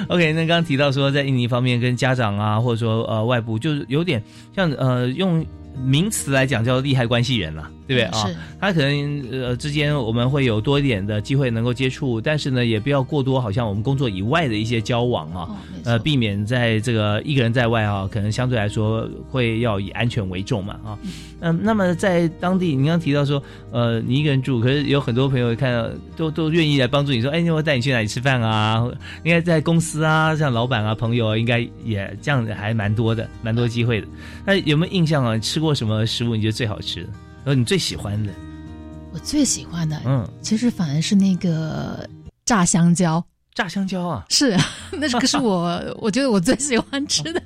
S1: OK，那刚刚提到说在印尼方面跟家长啊，或者说呃外部，就是有点像呃用名词来讲叫利害关系人啦、对不对啊？
S2: 是
S1: 他可能呃之间我们会有多一点的机会能够接触，但是呢也不要过多，好像我们工作以外的一些交往啊，
S2: 哦，没
S1: 呃
S2: 错
S1: 避免在这个一个人在外啊，可能相对来说会要以安全为重嘛啊。嗯，那么在当地，你刚刚提到说，呃，你一个人住，可是有很多朋友看到都都愿意来帮助你说，哎，我带你去哪里吃饭啊？应该在公司啊，像老板啊、朋友啊，应该也这样子还蛮多的，蛮多机会的。那有没有印象啊？吃过什么食物你觉得最好吃的？然后你最喜欢的？
S2: 我最喜欢的，
S1: 嗯，
S2: 其实反而是那个炸香蕉。
S1: 炸香蕉啊！
S2: 是， 那是可是我，我觉得我最喜欢吃的，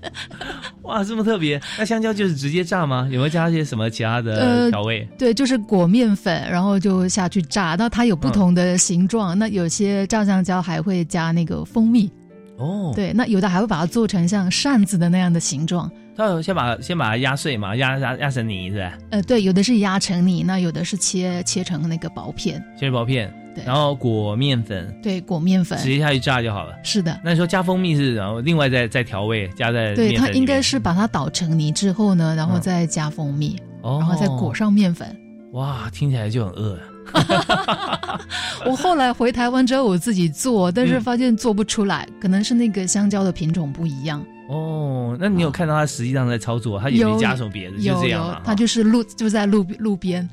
S1: 哇，这么特别！那香蕉就是直接炸吗？有没有加一些什么其他的
S2: 呃
S1: 调味？
S2: 对，就是裹面粉，然后就下去炸。那它有不同的形状，那有些炸香蕉还会加那个蜂蜜，
S1: 哦，
S2: 对，那有的还会把它做成像扇子的那样的形状。
S1: 他先把先把它压碎嘛，压压压成泥是吧？
S2: 呃，对，有的是压成泥，那有的是切切成那个薄片，
S1: 切薄片，
S2: 对
S1: 然后裹面粉，
S2: 对，裹面粉
S1: 直。接下去炸就好了。
S2: 是的，
S1: 那你说加蜂蜜是，然后另外再再调味，加在
S2: 对，
S1: 面
S2: 它
S1: 粉里
S2: 应该
S1: 面
S2: 是把它捣成泥之后呢，然后
S1: 嗯
S2: 再加蜂蜜，
S1: 哦，
S2: 然后再裹。上面粉。
S1: 哇，听起来就很饿。哦
S2: 我后来回台湾之后，我自己做，但是
S1: 嗯
S2: 发现做不出来，可能是那个香蕉的品种不一样。
S1: 哦，那你有看到他实际上在操作，他也
S2: 有
S1: 没加什么别的，就
S2: 有
S1: 这样啊
S2: 有
S1: 嘛，。
S2: 它
S1: 哈
S2: 就是路就在路路边，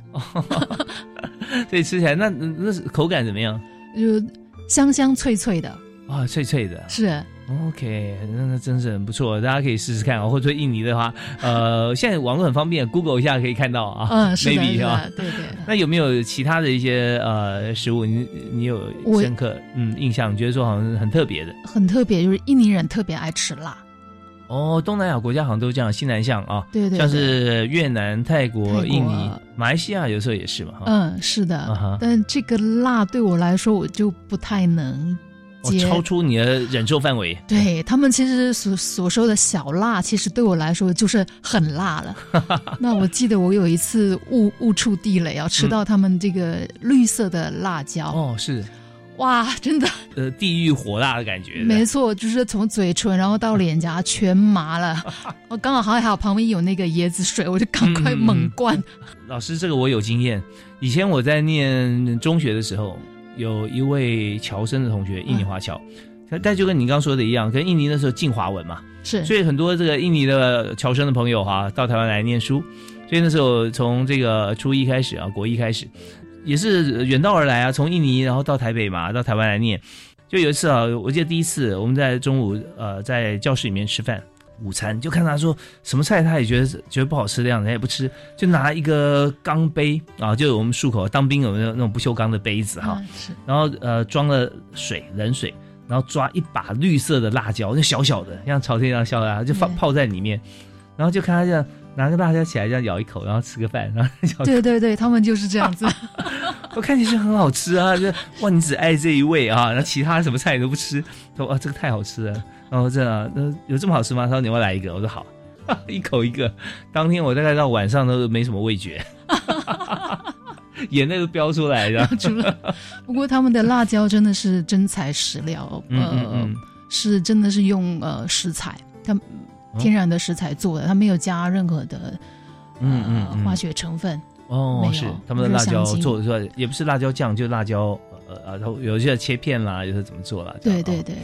S1: 所以吃起来那那是口感怎么样？
S2: 就香香脆脆的，
S1: 啊，脆脆的。
S2: 是
S1: OK，那那真是很不错，大家可以试试看啊。或者说印尼的话， 呃，现在网络很方便，Google 一下可以看到啊。
S2: 嗯是的，
S1: maybe
S2: 是
S1: 啊
S2: 的，对对。
S1: 那有没有其他的一些呃食物你你有
S2: 我
S1: 深刻嗯印象？你觉得说好像很特别的
S2: 很特别，就是印尼人特别爱吃辣，
S1: 哦，东南亚国家好像都这样，西南向啊，
S2: 对对对，
S1: 像是越南、泰
S2: 泰
S1: 国、
S2: 国
S1: 印尼、马来西亚，有时候也是嘛哈。
S2: 嗯是的，
S1: 啊啊哈
S2: 但这个辣对我来说我就不太能
S1: 哦
S2: 节。
S1: 超出你的忍受范围。
S2: 对他们其实所所说的小辣，其实对我来说就是很辣 了。那我记得我有一次误误触地雷啊，吃到他们这个绿色的辣椒，
S1: 嗯哦，是，
S2: 哇，真的
S1: 呃，地狱火辣的感觉。对不对
S2: 没错，就是从嘴唇然后到脸颊全麻 了。我刚好还好旁边有那个椰子水，我就赶快猛灌。
S1: 老师，这个我有经验。以前我在念中学的时候，有一位侨生的同学，印尼华侨，他、他就跟你刚说的一样，跟印尼那时候进华文嘛，
S2: 是，
S1: 所以很多这个印尼的侨生的朋友哈、到台湾来念书，所以那时候从这个初一开始啊，国一开始，也是远道而来啊，从印尼然后到台北嘛，到台湾来念。就有一次啊，我记得第一次我们在中午呃在教室里面吃饭。午餐就看他说什么菜，他也觉得觉得不好吃的样子，他也不吃，就拿一个钢杯啊，就是我们漱口当兵有那种那种不锈钢的杯子哈，
S2: 嗯是
S1: 然后呃装了水冷水，然后抓一把绿色的辣椒，就小小的，像朝天一样小的辣椒，就放
S2: 嗯
S1: 泡在里面，然后就看他这样拿个辣椒起来这样咬一口，然后吃个饭，然后咬一口
S2: 对对对，他们就是这 样子。
S1: 我看起来就很好吃啊，就哇你只爱这一味啊，然后其他什么菜你都不吃，说啊这个太好吃了，然后这样那有这么好吃吗？他说你要不要来一个，我说好， 一口一个，当天我大概到晚上都没什么味觉， 眼泪都飙出来的，
S2: 除了，不过他们的辣椒真的是真材实料，
S1: 嗯
S2: 呃，
S1: 嗯嗯
S2: 是真的是用呃食材，他们天然的食材做的，他没有加任何的
S1: 嗯嗯
S2: 呃
S1: 嗯，
S2: 化学成分。
S1: 哦
S2: 没，有
S1: 是他们的辣椒
S2: 热香精
S1: 做的出来，也不是辣椒酱，就辣椒呃呃，然后有些切片啦，有些怎么做啦。这样
S2: 对对
S1: 哦
S2: 对，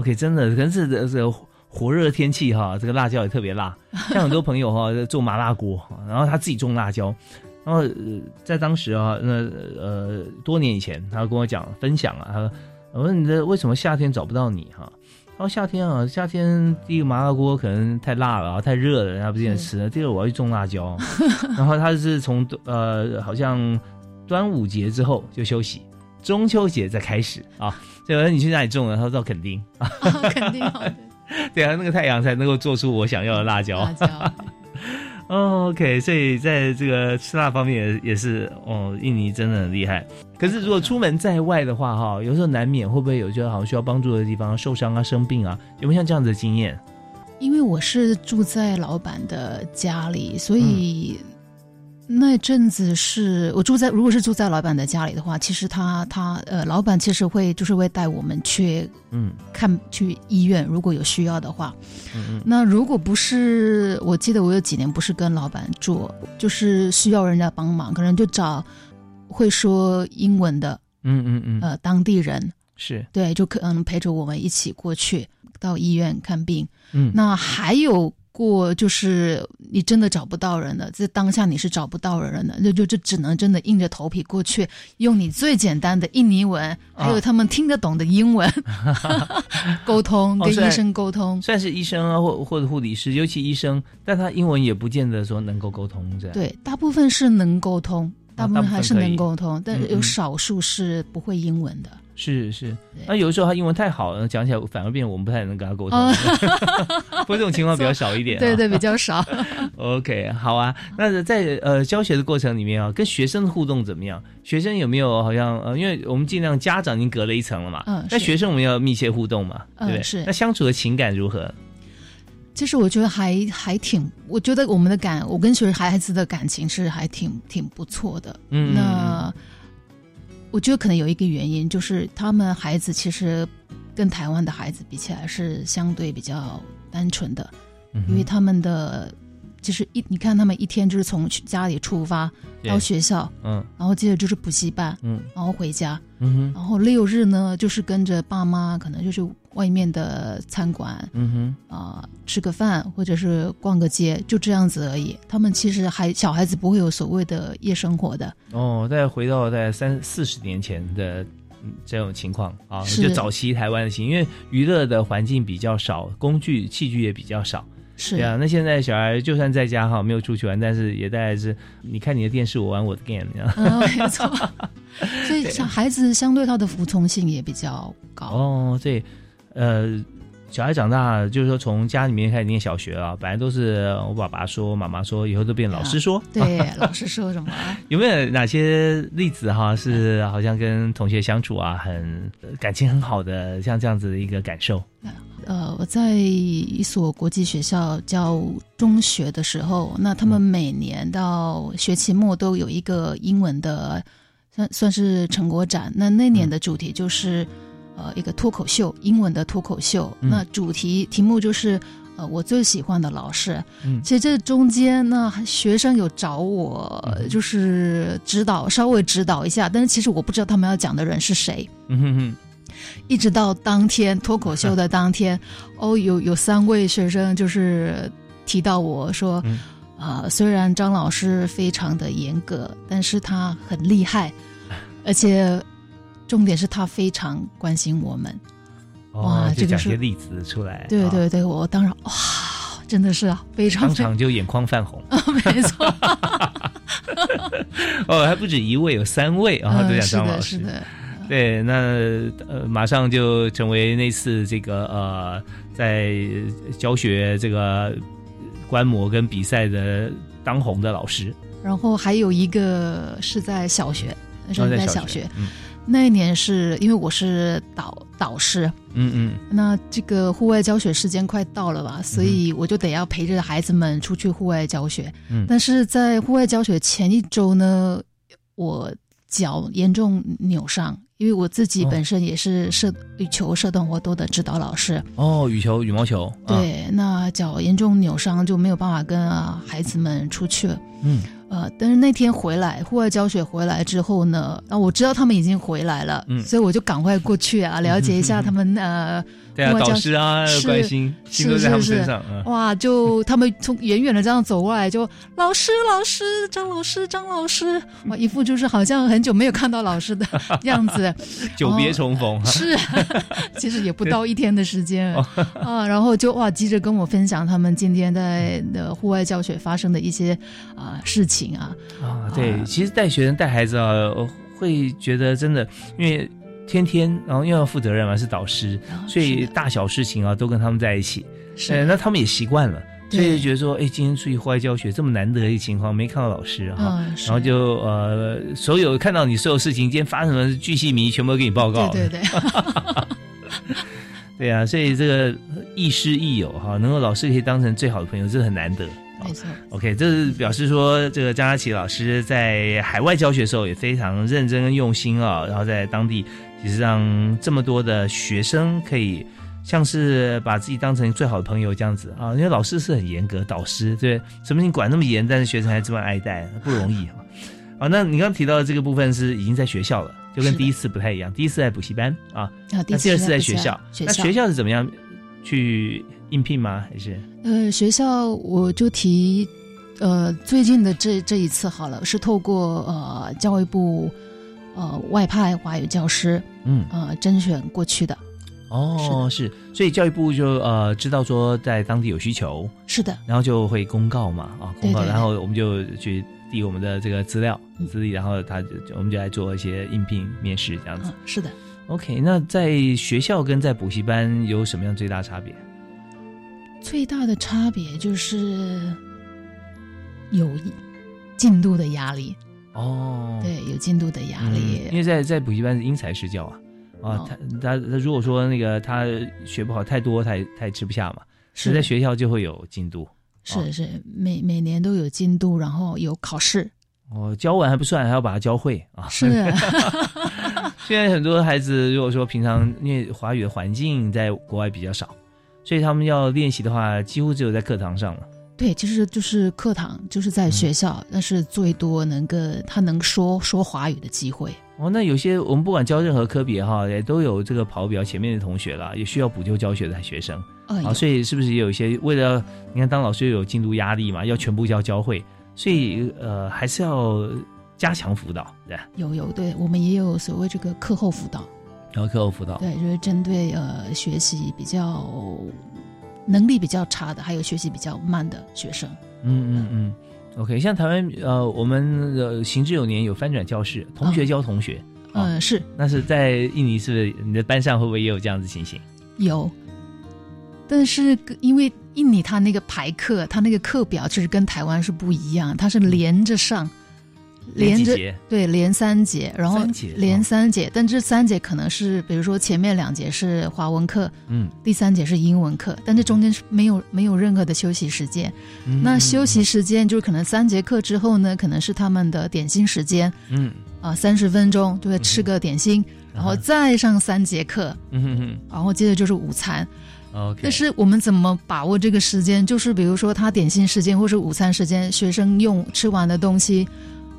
S1: OK，真的，可能是这这火热天气哈，这个辣椒也特别辣。像很多朋友哈做麻辣锅，然后他自己种辣椒，然后、呃、在当时啊，那呃多年以前，他跟我讲分享啊，他说我说你这为什么夏天找不到你哈、他说夏天啊，夏天第一个麻辣锅可能太辣了啊，太热了，人家不见得吃了。第二，我要去种辣椒。啊 然后他是从呃，好像端午节之后就休息，中秋节再开始啊。所以我说你去哪里种呢？他说到垦丁。
S2: 啊 肯定要的。
S1: 对啊，那个太阳才能够做出我想要的辣椒。
S2: 辣椒，
S1: 哦 OK，所以在这个吃辣方面也也是，哦，印尼真的很厉害。可是如果出门在外的话，哈，有时候难免会不会有些好像需要帮助的地方，受伤啊、生病啊，有没有像这样子的经验？
S2: 因为我是住在老板的家里，所以
S1: 嗯
S2: 那阵子是我住在，如果是住在老板的家里的话，其实他他呃，老板其实会就是会带我们去
S1: 嗯
S2: 看去医院，如果有需要的话。
S1: 嗯嗯，
S2: 那如果不是，我记得我有几年不是跟老板住，就是需要人家帮忙，可能就找会说英文的
S1: 嗯嗯嗯，
S2: 呃当地人，
S1: 是，
S2: 对，就可能陪着我们一起过去到医院看病。
S1: 嗯，
S2: 那还有过就是你真的找不到人了，在当下你是找不到人的，那就就只能真的硬着头皮过去，用你最简单的印尼文，
S1: 啊
S2: 还有他们听得懂的英文、 沟通，
S1: 哦
S2: 跟
S1: 是啊
S2: 医生沟通。
S1: 虽然是医生啊，或或者护理师，尤其医生，但他英文也不见得说能够沟通这样。，
S2: 对，大部分是能沟通，大部分
S1: 啊大部分
S2: 还是
S1: 可以
S2: 能沟通，但
S1: 嗯
S2: 是有
S1: 嗯
S2: 少数是不会英文的。
S1: 是是。
S2: 对
S1: 那有的时候他英文太好了，讲起来反而变我们不太能跟他沟通。 不过这种情况比较少一点、啊。
S2: 哦 对对，比较 少。
S1: OK，好啊。那在呃教学的过程里面啊，跟学生的互动怎么样？学生有没有好像呃，因为我们尽量家长已经隔了一层了嘛，
S2: 嗯
S1: 那
S2: 是
S1: 学生我们要密切互动嘛，
S2: 嗯
S1: 对不对？
S2: 是
S1: 那相处的情感如何？
S2: 其实我觉得还还挺，我觉得我们的感，我跟学生孩子的感情是还挺挺不错的。
S1: 嗯
S2: 那我觉得可能有一个原因就是他们孩子其实跟台湾的孩子比起来是相对比较单纯的，
S1: 嗯哼
S2: 因为他们的就是一你看他们一天就是从家里出发到
S1: 对
S2: 学校，
S1: 嗯
S2: 然后接着就是补习班，
S1: 嗯
S2: 然后回家，
S1: 嗯哼
S2: 然后六日呢就是跟着爸妈，可能就是外面的餐馆。
S1: 嗯哼
S2: 啊、吃个饭或者是逛个街，就这样子而已。他们其实还小孩子不会有所谓的夜生活的，
S1: 哦，再回到在三四十年前的。嗯这种情况啊，
S2: 是
S1: 就早期台湾的情，因为娱乐的环境比较少，工具器具也比较少，
S2: 是
S1: 对啊，那现在小孩就算在家哈，没有出去玩，但是也大概是你看你的电视，我玩我的 game，这样
S2: 嗯，没错。所以小孩子相对他的服从性也比较高。
S1: 哦哦，对，呃，小孩长大，就是说从家里面开始念小学啊，本来都是我爸爸说、妈妈说，以后都变老
S2: 嗯
S1: 师说。
S2: 对，老师说什么？
S1: 有没有哪些例子哈、是好像跟同学相处啊，很呃感情很好的，像这样子的一个感受？
S2: 呃，我在一所国际学校教中学的时候，那他们
S1: 嗯
S2: 每年到学期末都有一个英文的，算算是成果展。那那
S1: 嗯
S2: 年的主题就是，呃，一个脱口秀，英文的脱口秀。
S1: 嗯
S2: 那主题题目就是。呃，我最喜欢的老师，
S1: 嗯
S2: 其实这中间呢，学生有找我，
S1: 嗯
S2: 就是指导，稍微指导一下，但是其实我不知道他们要讲的人是谁。
S1: 嗯哼哼，
S2: 一直到当天脱口秀的当天，
S1: 嗯
S2: 哦，有有三位学生就是提到我说，
S1: 嗯
S2: 啊、虽然张老师非常的严格，但是他很厉 害，而且重点是他非常关心我们。
S1: 哦
S2: 哇，
S1: 就
S2: 这个
S1: 讲
S2: 是
S1: 些例子出来。
S2: 对
S1: 啊，
S2: 对对，我当然哇，真的是啊非常
S1: 当场就眼 眶泛红。
S2: 没错，
S1: 哦，还不止一位，有三位啊，
S2: 嗯
S1: 都讲
S2: 是
S1: 张老
S2: 的，
S1: 师。
S2: 是的，
S1: 对，那呃，马上就成为那次这个呃，在教学这个观摩跟比赛的当红的老师，
S2: 然后还有一个是在小学，是
S1: 然后
S2: 在
S1: 哦在
S2: 小
S1: 小
S2: 学，
S1: 嗯
S2: 那一年是因为我是导导师，
S1: 嗯嗯，
S2: 那这个户外教学时间快到了吧，所以我就得要陪着孩子们出去户外教学。
S1: 嗯
S2: 但是在户外教学前一周呢，我脚严重扭伤，因为我自己
S1: 哦
S2: 本身也是社羽球社团活动的指导老师，
S1: 哦，羽球、羽毛球，啊，
S2: 对，那脚严重扭伤就没有办法跟、啊、孩子们出去。
S1: 嗯
S2: 呃，但是那天回来户外教学回来之后呢，啊，我知道他们已经回来了，
S1: 嗯
S2: 所以我就赶快过去啊，了解一 下他们、呃。
S1: 对啊，
S2: 我
S1: 导
S2: 教
S1: 师啊，
S2: 是
S1: 关心心都
S2: 是
S1: 在他们
S2: 是是
S1: 身上， 嗯，
S2: 哇，就他们从远远的这样走过来，就老师，老师，张老师，张老师，
S1: 嗯
S2: 哇，一副就是好像很久没有看到老 师的样子。
S1: 嗯久别重逢，啊
S2: 是，其实也不到一天的时间
S1: 哦
S2: 啊，然后就哇，急着跟我分享他们今天在的呃户外教学发生的一些啊、事情啊。
S1: 啊，对，其实带学生带孩子啊，我会觉得真的，因为天天然后又要负责任嘛，是导师，
S2: 啊
S1: 所以
S2: 是的
S1: 大小事情啊都跟他们在一起，
S2: 是
S1: 呃，那他们也习惯了，所以
S2: 对
S1: 就觉得说，哎，今天出去户外教学这么难得的一个情况，没看到老师啊哈、
S2: 嗯，
S1: 然后
S2: 是
S1: 就呃，所有看到你所有事情，今天发生了巨细迷，全部都给你报告。
S2: 对对 对，
S1: 对啊，所以这个亦师亦友哈，能够老师可以当成最好的朋友，这很难得。
S2: 没错，
S1: OK，这是表示说，这个张佳琪老师在海外教学的时候也非常认真跟用心啊、然后在当地其实让这么多的学生可以像是把自己当成最好的朋友这样子啊，因为老师是很严格，导师对什么你管那么严，但是学生还这么爱戴，不容易啊。啊，那你刚提到的这个部分是已经在学校了，就跟
S2: 是的
S1: 第一次不太一样，第一次在补习班啊，
S2: 啊，
S1: 那第二次在
S2: 在
S1: 学校，
S2: 学
S1: 那
S2: 校
S1: 学校是怎么样去应聘吗？还是
S2: 呃，学校我就提，呃，最近的这这一次好了，是透过呃教育部呃外派华语教师
S1: 嗯？
S2: 呃甄选过去的。
S1: 哦，是所以教育部就呃知道说在当地有需求，
S2: 是的，
S1: 然后就会公告嘛，啊，公告，
S2: 对对对
S1: 然后我们就去递我们的这个资料嗯资历，然后他就我们就来做一些应聘面试这样
S2: 嗯、
S1: 子。
S2: 是的。
S1: OK，那在学校跟在补习班有什么样最大差别？
S2: 最大的差别就是有进度的压力，
S1: 哦，
S2: 对，有进度的压力。
S1: 嗯因为在在补习班是因材施教啊。啊
S2: 哦，
S1: 他他他如果说那个他学不好太多，他也他也吃不下嘛。
S2: 是
S1: 在学哦校就会有进度，
S2: 是是，每每年都有进度，然后有考试。
S1: 哦，教完还不算，还要把它教会啊。
S2: 是，
S1: 现在很多孩子如果说平常因为华语的环境在国外比较少，所以他们要练习的话，几乎只有在课堂上了。
S2: 对，其实就是课堂，就是在
S1: 嗯
S2: 学校，但是最多能跟他能说说华语的机会。
S1: 哦，那有些我们不管教任何科别哈，也都有这个跑比较前面的同学啦，也需要补救教学的学生
S2: 呃，
S1: 啊，
S2: 有
S1: 所以是不是也有一些为了你看当老师又有进度压力嘛，要全部要教会，所以呃还是要加强辅导，对吧，
S2: 有有，对我们也有所谓这个课后辅导，
S1: 然后课后辅导，
S2: 对，就是针对呃学习比较能力比较差的，还有学习比较慢的学生。
S1: 嗯嗯嗯，OK，像台湾呃我们呃行之有年有翻转教室，同学教同学。哦
S2: 嗯、是
S1: 那是在印尼，是不是你的班上会不会也有这样子情形？
S2: 有，但是跟因为印尼它那个排课，它那个课表其实跟台湾是不一样，它是连着上，
S1: 嗯
S2: 连
S1: 连几
S2: 着
S1: 节
S2: 对连三节，然后
S1: 三节
S2: 连
S1: 哦
S2: 三节，但这三节可能是比如说前面两节是华文课，
S1: 嗯，
S2: 第三节是英文课，但这中间是没有没有任何的休息时间。
S1: 嗯
S2: 那休息时间就是可能三节课之后呢，可能是他们的点心时间
S1: 嗯
S2: 啊，三、十分钟就会吃个点心，然后再上三节课，
S1: 嗯哼
S2: 然后接着就是午餐。
S1: 哼，OK，
S2: 但是我们怎么把握这个时间？就是比如说他点心时间或是午餐时间，学生用吃完的东西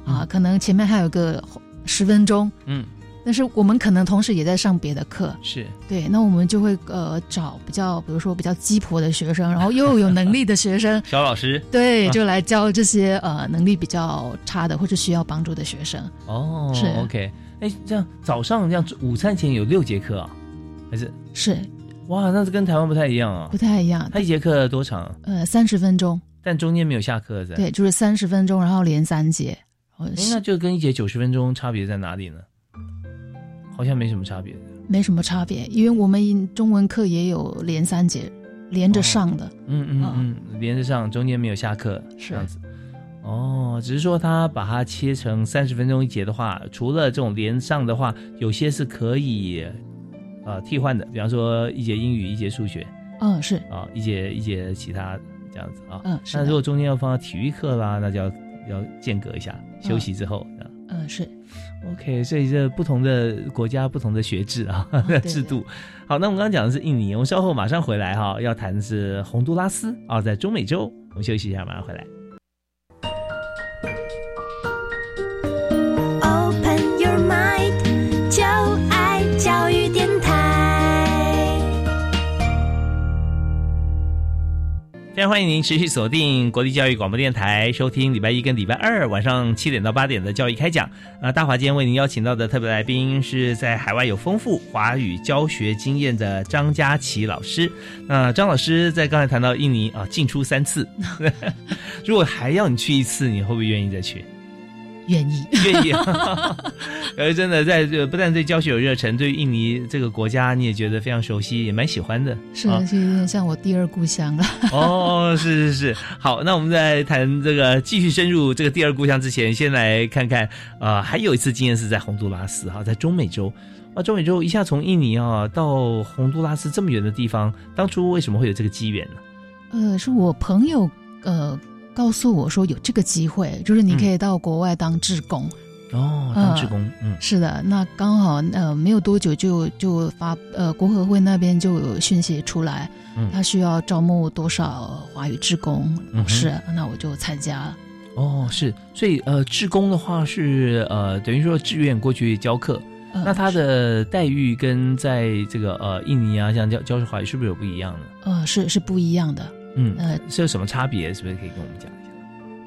S2: 啊，可能前面还有个十分钟，
S1: 嗯
S2: 但是我们可能同时也在上别的课，
S1: 是，
S2: 对，那我们就会呃找比较，比如说比较鸡婆的学生，然后又有能力的学生
S1: 小老师
S2: 对，就来教这些呃能力比较差的或者需要帮助的学生。
S1: 哦，
S2: 是
S1: OK，哎，这样早上这样午餐前有六节课啊，还是
S2: 是
S1: 哇，那是跟台湾不太一样啊
S2: 不，太一样
S1: 它，一节课多长啊？
S2: 呃，三十分钟，
S1: 但中间没有下课是吧？
S2: 对，就是三十分钟，然后连三节，哦然后
S1: 哎，
S2: 是
S1: 那就跟一节九十分钟差别在哪里呢？好像没什么差别。
S2: 没什么差别，因为我们中文课也有连三节连着上的，
S1: 嗯嗯
S2: 啊
S1: 嗯，连着上，中间没有下课，
S2: 是
S1: 这样子。哦，只是说他把它切成三十分钟一节的话，除了这种连上的话，有些是可以呃替换的，比方说一节英语，一节数学
S2: 嗯，是，
S1: 啊，一节一节其他这样子啊。
S2: 嗯，是
S1: 那
S2: 的，
S1: 如果中间要放到体育课啦，那就要要间隔一下，休息之后。啊
S2: 嗯，是
S1: OK，所以这不同的国家、不同的学制啊、
S2: 对
S1: 制度。好，那我们刚刚讲的是印尼，我们稍后马上回来哈、要谈的是洪都拉斯啊、在中美洲。我们休息一下，马上回来。
S7: Open your mind，就爱教育电台。
S1: 非常欢迎您持续锁定国立教育广播电台，收听礼拜一跟礼拜二晚上七点到八点的教育开讲。啊，大华今天为您邀请到的特别来宾是在海外有丰富华语教学经验的张佳琪老师。那张老师在刚才谈到印尼啊，进出三次， 如果还要你去一次，你会不会愿意再去？
S2: 愿意，
S1: 愿意、 啊。呃，真的在这不但对教学有热忱，对印尼这个国家你也觉得非常熟悉，也蛮喜欢的。
S2: 是
S1: 啊
S2: 的，就有点像我第二故乡了。
S1: 哦，是是是，好，那我们在谈这个继续深入这个第二故乡之前，先来看看，呃，还有一次经验是在洪都拉斯哈，在中美洲，啊，中美洲一下从印尼啊到洪都拉斯这么远的地方，当初为什么会有这个机缘呢？
S2: 呃，是我朋友呃告诉我说有这个机会，就是
S1: 嗯
S2: 你可以到国外当志工。
S1: 哦，当志工，嗯，
S2: 是的，那刚好呃没有多久就就发呃国合会那边就有讯息出来，
S1: 嗯
S2: 他需要招募多少华语志工
S1: 嗯
S2: 老
S1: 哼
S2: 师，那我就参加了。
S1: 哦，是，所以呃，志工的话是呃，等于说志愿过去教课，
S2: 呃、
S1: 那他的待遇跟在这个呃印尼啊，像教教授华语是不是有不一样呢？
S2: 呃是是不一样的。
S1: 嗯，
S2: 呃，
S1: 是有什么差别？是不是可以跟我们讲一下？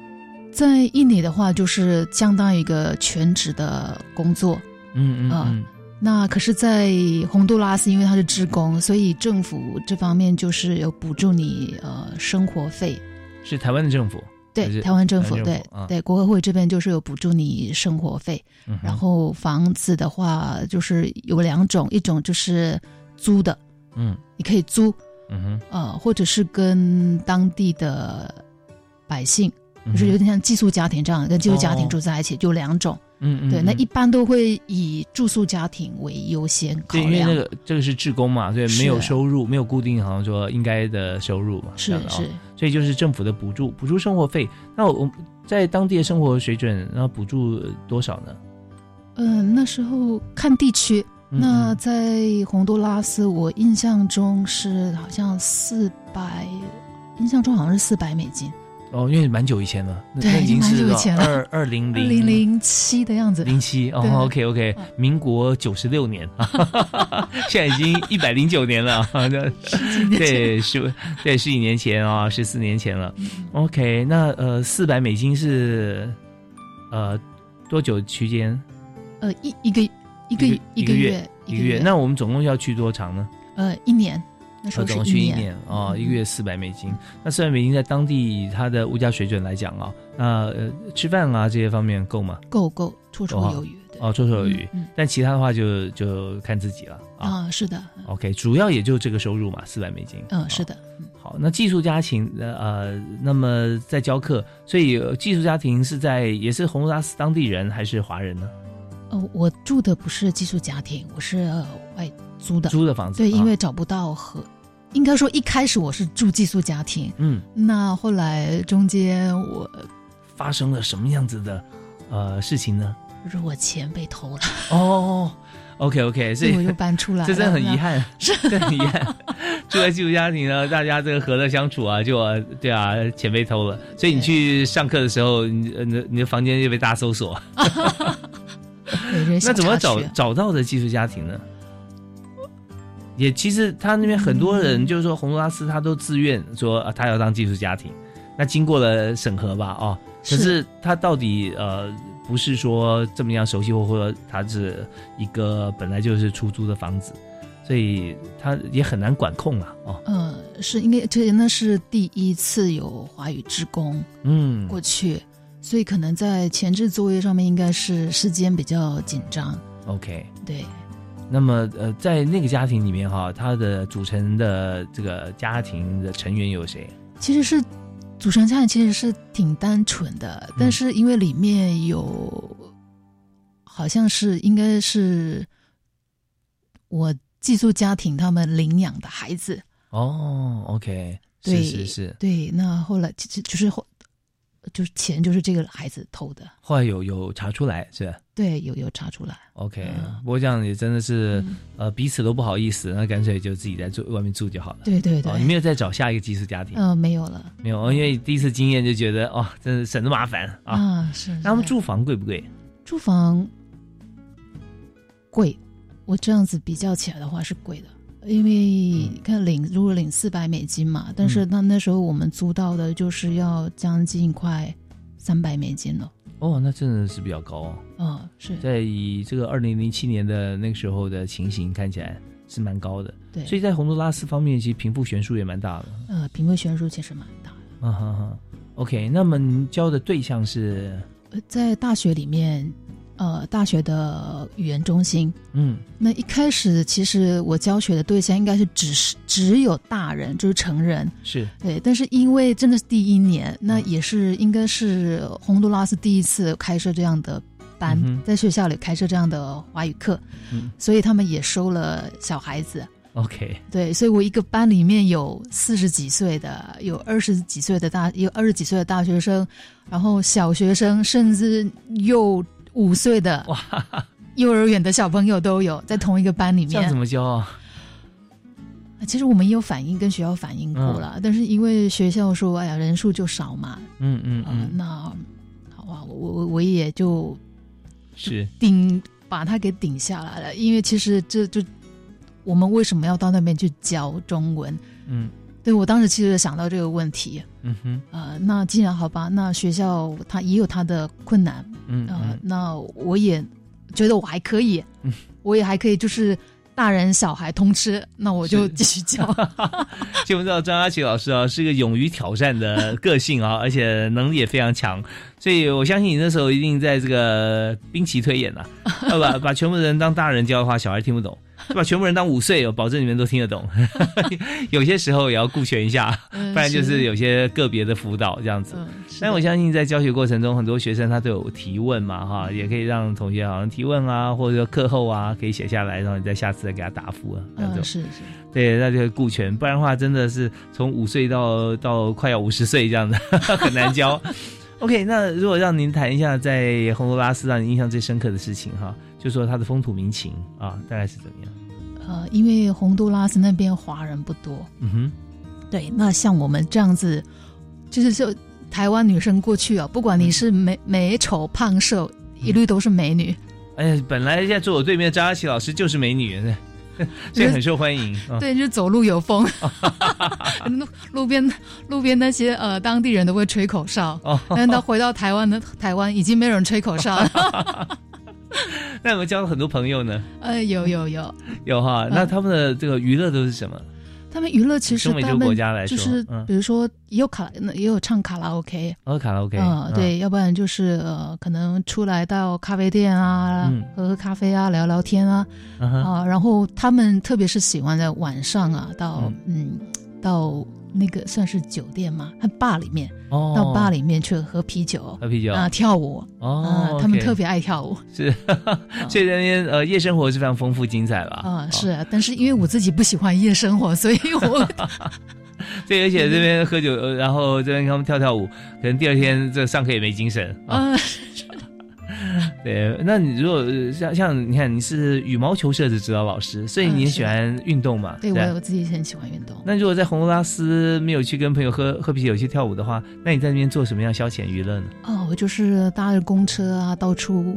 S2: 在印尼的话，就是相当于一个全职的工作，
S1: 嗯嗯
S2: 啊
S1: 嗯，
S2: 那可是，在洪都拉斯，因为他是职工，所以政府这方面就是有补助你呃生活费。
S1: 是台湾的政府，还是
S2: 对，台湾政府
S1: 台湾政
S2: 对
S1: 府啊
S2: 对，国合会这边就是有补助你生活费。
S1: 嗯哼
S2: 然后房子的话，就是有两种，一种就是租的，
S1: 嗯
S2: 你可以租，
S1: 嗯哼
S2: 呃，或者是跟当地的百姓，
S1: 嗯哼，
S2: 就是有点像寄宿家庭这样，跟寄宿家
S1: 哦
S2: 庭住在一起，就两种。
S1: 嗯嗯
S2: 对，那
S1: 嗯
S2: 一般都会以住宿家庭为优先考
S1: 对，因为
S2: 量
S1: 那。个这个是志工嘛，所以没有
S2: 是
S1: 收入，没有固定，好像说应该的收入嘛，这
S2: 是
S1: 样的哦
S2: 是，
S1: 所以就是政府的补助，补助生活费。那我我在当地的生活水准，然后补助呃多少呢？
S2: 嗯，那时候看地区，
S1: 嗯
S2: 那
S1: 嗯
S2: 在洪都拉斯，我印象中是好像四百，印象中好像是四百美金，
S1: 哦，因为蛮久以前了，那
S2: 对
S1: 那已经
S2: 已经蛮
S1: 是
S2: 久以前了
S1: 二二零
S2: 二零
S1: 零
S2: 零七的样子。
S1: 零七
S2: 对
S1: 哦，OK OK，
S2: 嗯
S1: 民国九十六年， 现在已经一百零九年了， 那对十对十几年前啊、1十四年前了。OK，那呃，四百美金是呃多久区间？
S2: 呃，一一个一个
S1: 一个一个
S2: 个
S1: 月
S2: 月
S1: 一个月？那我们总共要去多长呢？
S2: 呃一年，那时
S1: 呃，
S2: 候
S1: 总共
S2: 是
S1: 去
S2: 一
S1: 一年哦，
S2: 嗯
S1: 一个月四百美金。那四百美金在当地它的物价水准来讲啊、那呃吃饭啊这些方面够吗？
S2: 够够绰绰
S1: 哇
S2: 有余。对，
S1: 哦，绰绰有余。
S2: 嗯
S1: 但其他的话就就看自己了啊。
S2: 啊，是的，
S1: OK，主要也就这个收入嘛，四百美金。
S2: 嗯，是
S1: 哦
S2: 的，
S1: 好，那寄宿家庭呃呃，那么在教课，所以呃寄宿家庭是在也是洪都拉斯当地人还是华人呢？
S2: 呃，我住的不是寄宿家庭，我是呃外租的。
S1: 租的房子。
S2: 对，因为
S1: 啊
S2: 找不到合，应该说一开始我是住寄宿家庭，
S1: 嗯，
S2: 那后来中间我
S1: 发生了什么样子的呃事情呢？
S2: 就是我钱被偷了，
S1: 哦，OK OK，
S2: 所
S1: 所
S2: 以 我
S1: 以
S2: 就 搬出来了。
S1: 这真的很
S2: 那
S1: 遗。 憾，真的很遗憾。住在寄宿家庭呢，大家这个和乐相处啊，就啊对啊，钱被偷了，所以
S2: 对
S1: 你去上课的时候，你呃你你的房间就被大搜索。
S2: 对这是小
S1: 那怎么
S2: 插
S1: 找
S2: 曲啊
S1: 找到的寄宿家庭呢？也其实他那边很多
S2: 嗯
S1: 人，就是说洪都拉斯他都自愿说、啊、他要当寄宿家庭，那经过了审核吧，哦，可是他到底呃不是说这么样熟悉，或或者他是一个本来就是出租的房子，所以他也很难管控啊，哦，
S2: 嗯，是因为这那是第一次有华语职工
S1: 嗯，
S2: 过去，所以可能在前置作业上面应该是时间比较紧张。
S1: OK，
S2: 对，
S1: 那么呃在那个家庭里面哈、他的组成的这个家庭的成员有谁？
S2: 其实是组成家庭其实是挺单纯
S1: 嗯
S2: 的，但是因为里面有好像是应该是我寄宿家庭他们领养的孩子，
S1: 哦，OK，是
S2: 对
S1: 是是，
S2: 对，那后来其实就是后就是钱就是这个孩子偷的，
S1: 后来有有查出来是吧
S2: 对，有有查出来，
S1: OK，、
S2: 嗯
S1: 不过这样也真的是、呃彼此都不好意思，那干脆就自己在住外面住就好了。
S2: 对对对
S1: 哦，，你没有再找下一个寄宿家庭，
S2: 呃，没有了
S1: 没有，哦因为第一次经验就觉得哦，真的省得麻烦啊。
S2: 啊，是
S1: 那他们
S2: 是
S1: 住房贵不贵？
S2: 住房贵，我这样子比较起来的话是贵的，因为
S1: 嗯
S2: 看领如果领四百美金嘛，但是那那时候我们租到的就是要将近快三百美金了，
S1: 哦，那真的是比较高哦。
S2: 嗯，是
S1: 在以这个二零零七年的那个时候的情形看起来是蛮高的，
S2: 对，
S1: 所以在洪都拉斯方面，其实贫富悬殊也蛮大的。
S2: 呃，贫富悬殊其实蛮大的。
S1: 啊哈哈，OK，那么您教的对象是
S2: 呃在大学里面，呃，大学的语言中心，
S1: 嗯
S2: 那一开始其实我教学的对象应该是只是只有大人，就是成人，
S1: 是
S2: 对，但是因为真的是第一年，那也是应该是洪都拉斯第一次开设这样的班，
S1: 嗯哼
S2: 在学校里开设这样的华语课，
S1: 嗯
S2: 所以他们也收了小孩子。
S1: OK，
S2: 对，所以我一个班里面有四十几岁的，有二十几岁的大，有二十几岁的大学生，然后小学生，甚至幼五岁的
S1: 哇，
S2: 幼儿园的小朋友都有，在同一个班里
S1: 这样
S2: 面
S1: 怎。么教啊？
S2: 其实我们也有反映，跟学校反映过
S1: 嗯
S2: 了，但是因为学校说，哎呀，人数就少嘛，
S1: 嗯嗯
S2: 啊、
S1: 嗯，
S2: 那好啊，我我我也就是顶把它给顶下来了，因为其实这就我们为什么要到那边去教中文？
S1: 嗯
S2: 对我当时其实想到这个问题，
S1: 嗯哼
S2: 呃，那既然好吧，那学校它也有它的困难，
S1: 嗯
S2: 呃，
S1: 嗯
S2: 那我也觉得我还可以，我也还可以，就是大人小孩通吃，那我就是继续 教。
S1: 就我们知道张佳琪老师啊，是个勇于挑战的个性啊，而且能力也非常强，所以我相信你那时候一定在这个兵棋推演呐、 啊，要把把全部人当大人教的话，小孩听不懂； 把全部人当五岁，我保证你们都听得懂。 有些时候也要顾全一下，
S2: 嗯
S1: 不然就是
S2: 是
S1: 有些个别的辅导这样子。
S2: 嗯，是
S1: 但
S2: 的
S1: 我相信在教学过程中，很多学生他都有提问嘛，
S2: 嗯
S1: 哈，也可以让同学好像提问啊，或者说课后啊，可以写下来，然后你再下次再给他答复啊，这样
S2: 嗯
S1: 子。
S2: 是是。
S1: 对，那就顾全，不然的话真的是从五岁到到快要五十岁这样子， 很难教。OK，那如果让您谈一下在洪都拉斯让您印象最深刻的事情哈，就说它的风土民情啊，大概是怎么样？
S2: 呃，因为洪都拉斯那边华人不多，
S1: 嗯哼，
S2: 对，那像我们这样子，就是就台湾女生过去哦，不
S1: 嗯
S2: 管你是美美丑胖瘦，一律都是美女。
S1: 哎呀，本来现在坐我对面的张佳琪老师就是美女， 所以很受欢迎。啊、
S2: 对，就是走路有风， 路路边路边那些呃当地人都会吹口哨，
S1: 哦，
S2: 但是他回到台湾的台湾已经没有人吹口哨 了。
S1: 那有没有交了很多朋友呢？
S2: 哎呃，有有有，
S1: 有哈，
S2: 嗯
S1: 那他们的这个娱乐都是什么？
S2: 他们娱乐其实
S1: 中美
S2: 他
S1: 洲国
S2: 们
S1: 家来说
S2: 就是
S1: 嗯
S2: 比如说也有卡拉也有唱卡拉 OK，
S1: 哦，卡拉 OK，
S2: 嗯，对，，要不然就是呃，可能出来到咖啡店啊
S1: 嗯，
S2: 喝喝咖啡啊，聊聊天啊，
S1: 嗯哼
S2: 啊，然后他们特别是喜欢在晚上啊，到嗯到那个算是酒店嘛，他坝里面，
S1: 哦，
S2: 到坝里面去喝啤酒
S1: 喝啤酒
S2: 啊，跳舞啊
S1: 哦，，
S2: 他们
S1: OK
S2: 特别爱跳舞
S1: 是， 所以那边呃夜生活是非常丰富精彩了哦
S2: 啊，是啊，但是因为我自己不喜欢夜生活， 所以我
S1: 对，而且这边喝酒，呃然后这边跟他们跳跳舞，可能第二天这上课也没精神啊。
S2: 啊，
S1: 对，那你如果呃像像你看你是羽毛球社的指导老师，所以
S2: 嗯
S1: 你也
S2: 是
S1: 喜欢运动嘛？
S2: 对
S1: 不
S2: 我我自己很喜欢运动。
S1: 那如果在洪都拉斯没有去跟朋友喝喝啤酒去跳舞的话，那你在那边做什么样消遣娱乐呢？
S2: 哦，我就是搭着公车啊，到处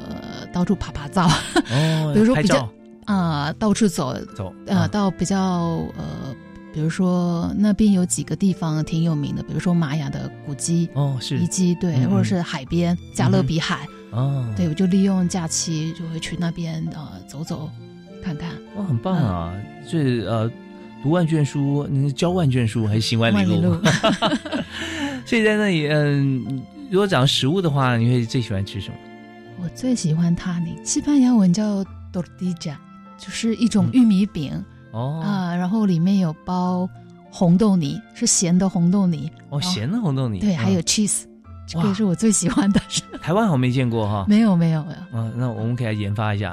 S2: 呃到处爬爬照
S1: 哦
S2: 比如说
S1: 拍
S2: 比较
S1: 照
S2: 啊、到处走
S1: 走
S2: 呃，
S1: 啊
S2: 到比较呃，比如说那边有几个地方挺有名的，比如说玛雅的古迹
S1: 哦是
S2: 遗迹，对，
S1: 嗯嗯嗯
S2: 或者是海边加勒比海，
S1: 哦，
S2: 对我就利用假期就会去那边呃走走看看。
S1: 哇，很棒啊！
S2: 嗯
S1: 就是呃，读万卷书，你是教万卷书还是行万里路？
S2: 万 里
S1: 所以在那里，嗯，如果讲食物的话，你会最喜欢吃什么？
S2: 我最喜欢它那西班牙文叫 tortilla，就是一种玉米饼
S1: 嗯哦，
S2: 啊、然后里面有包红豆泥，是咸的红豆泥，
S1: 哦，咸的红豆泥，
S2: 对，
S1: 嗯
S2: 还有 cheese，这
S1: 哇
S2: 个是我最喜欢的。是
S1: 台湾好像没见过哈。
S2: 没有没有没有，
S1: 嗯，那我们可以来研发一 下，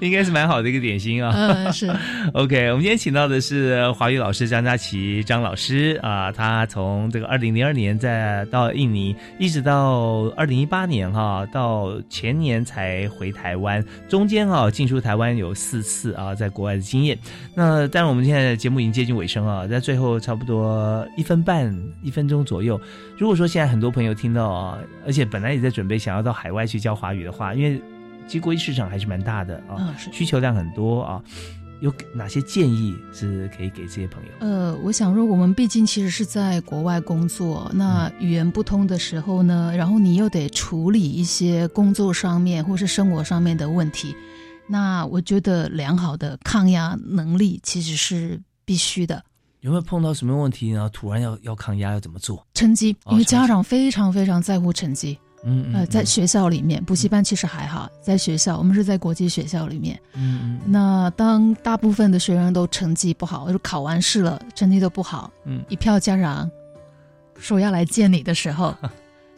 S1: 应该是蛮好的一个点心啊。
S2: 嗯， 是
S1: OK，我们今天请到的是华语老师张佳琪张老师啊、他从这个二零零二年在到印尼，一直到二零一八年哈、到前年才回台湾，中间哈、进出台湾有四次啊，在国外的经验。那当然，我们现在的节目已经接近尾声啊，在最后差不多一分半、一分钟左右。如果说现在很多朋友听到啊，而且本来也在准备想要到海外去教华语的话，因为其实国际市场还是蛮大的啊，
S2: 嗯是。
S1: 需求量很多啊，有哪些建议是可以给这些朋友？
S2: 呃，我想说，我们毕竟其实是在国外工作，那
S1: 嗯
S2: 语言不通的时候呢，然后你又得处理一些工作上面或是生活上面的问题，那我觉得良好的抗压能力其实是必须的。
S1: 有没有碰到什么问题，然后突然要要抗压，要怎么做？
S2: 成绩，
S1: 哦
S2: 因为
S1: 成绩
S2: 家长非常非常在乎成绩。
S1: 嗯嗯
S2: 呃，在
S1: 嗯
S2: 学校里面，补习班其实还好，在学校我们是在国际学校里面，
S1: 嗯嗯
S2: 那当大部分的学生都成绩不好，就是考完试了，成绩都不好，
S1: 嗯
S2: 一票家长说要来见你的时 候，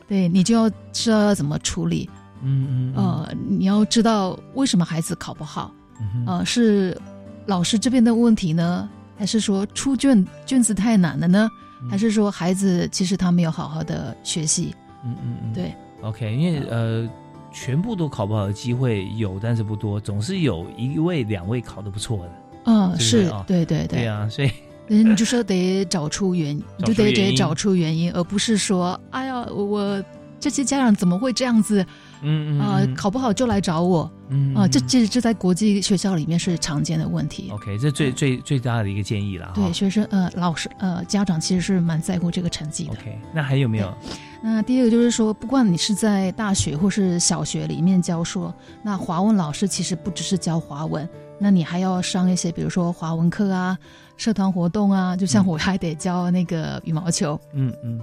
S2: 对你就要知道要怎么处理。
S1: 嗯嗯
S2: 呃，你要知道为什么孩子考不好，
S1: 嗯
S2: 呃，是老师这边的问题呢，还是说出卷卷子太难了呢，还是说孩子其实他没有好好的学习？
S1: 嗯嗯嗯
S2: 对，
S1: OK，因为呃，全部都考不好的机会有，但是不多，总是有一位两位考得不错的。
S2: 嗯，
S1: 是不是
S2: 是
S1: 啊，
S2: 对对
S1: 对
S2: 对，
S1: 啊，所以
S2: 嗯，你就说得找出原因，你
S1: 找出
S2: 就得
S1: 原
S2: 得
S1: 因
S2: 找出原因，而不是说，哎呀，我我这些家长怎么会这样子
S1: 嗯嗯
S2: 啊、
S1: 嗯
S2: 考不好就来找我
S1: 嗯
S2: 啊、这
S1: 嗯
S2: 这这在国际学校里面是常见的问题。
S1: OK，这最最最大的一个建议了哈。
S2: 嗯对学生呃老师呃家长其实是蛮在乎这个成绩的。
S1: OK，那还有没有？
S2: 那第二个就是说，不管你是在大学或是小学里面教书，那华文老师其实不只是教华文，那你还要上一些比如说华文课啊、社团活动啊，就像
S1: 嗯
S2: 我还得教那个羽毛球。
S1: 嗯嗯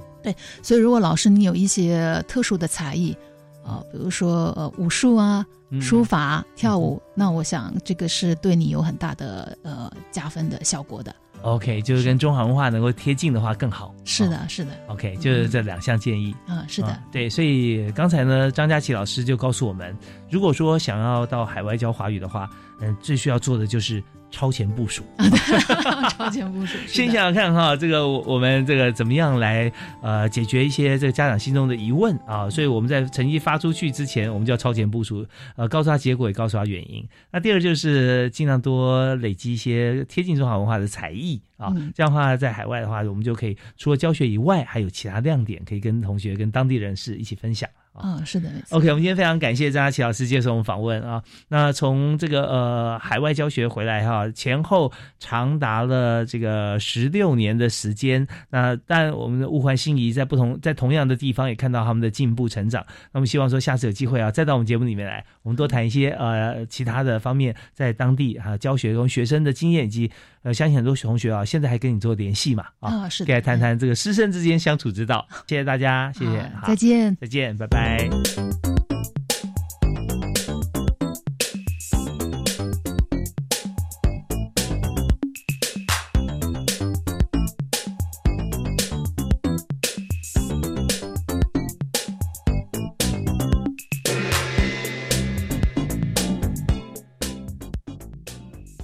S2: 所以，如果老师你有一些特殊的才艺，呃，比如说呃武术啊、
S1: 嗯，
S2: 书法、跳舞，那我想这个是对你有很大的呃加分的效果的。
S1: OK，就是跟中华文化能够贴近的话更好。
S2: 是
S1: 哦
S2: 的，是的，
S1: OK，就是这两项建议。
S2: 嗯，是的
S1: 啊，对，所以刚才呢，张佳琪老师就告诉我们，如果说想要到海外教华语的话，嗯，最需要做的就是超前部署。
S2: 超前部署。是的
S1: 先想想看哈，这个我我们这个怎么样来呃解决一些这个家长心中的疑问啊？所以我们在成绩发出去之前，我们就要超前部署，呃，告诉他结果，也告诉他原因。那第二就是呃尽量多累积一些贴近中华文化的才艺啊，
S2: 嗯
S1: 这样的话在海外的话，我们就可以除了教学以外，还有其他亮点可以跟同学、跟当地人士一起分享。
S2: 嗯，是的，没错。
S1: OK，我们今天非常感谢张佳琪老师接受我们访问啊。那从这个呃海外教学回来哈、前后长达了这个十六年的时间。那但我们的物换星移在不同在同样的地方也看到他们的进步成长。那么希望说下次有机会啊，再到我们节目里面来，我们多谈一些呃其他的方面，在当地啊教学跟学生的经验以及呃相信很多同学啊现在还跟你做联系嘛啊，
S2: 啊，是的，
S1: 给来谈谈这个师生之间相处之道。谢谢大家，谢
S2: 好
S1: 谢，好
S2: 啊再见。
S1: 再见，拜拜。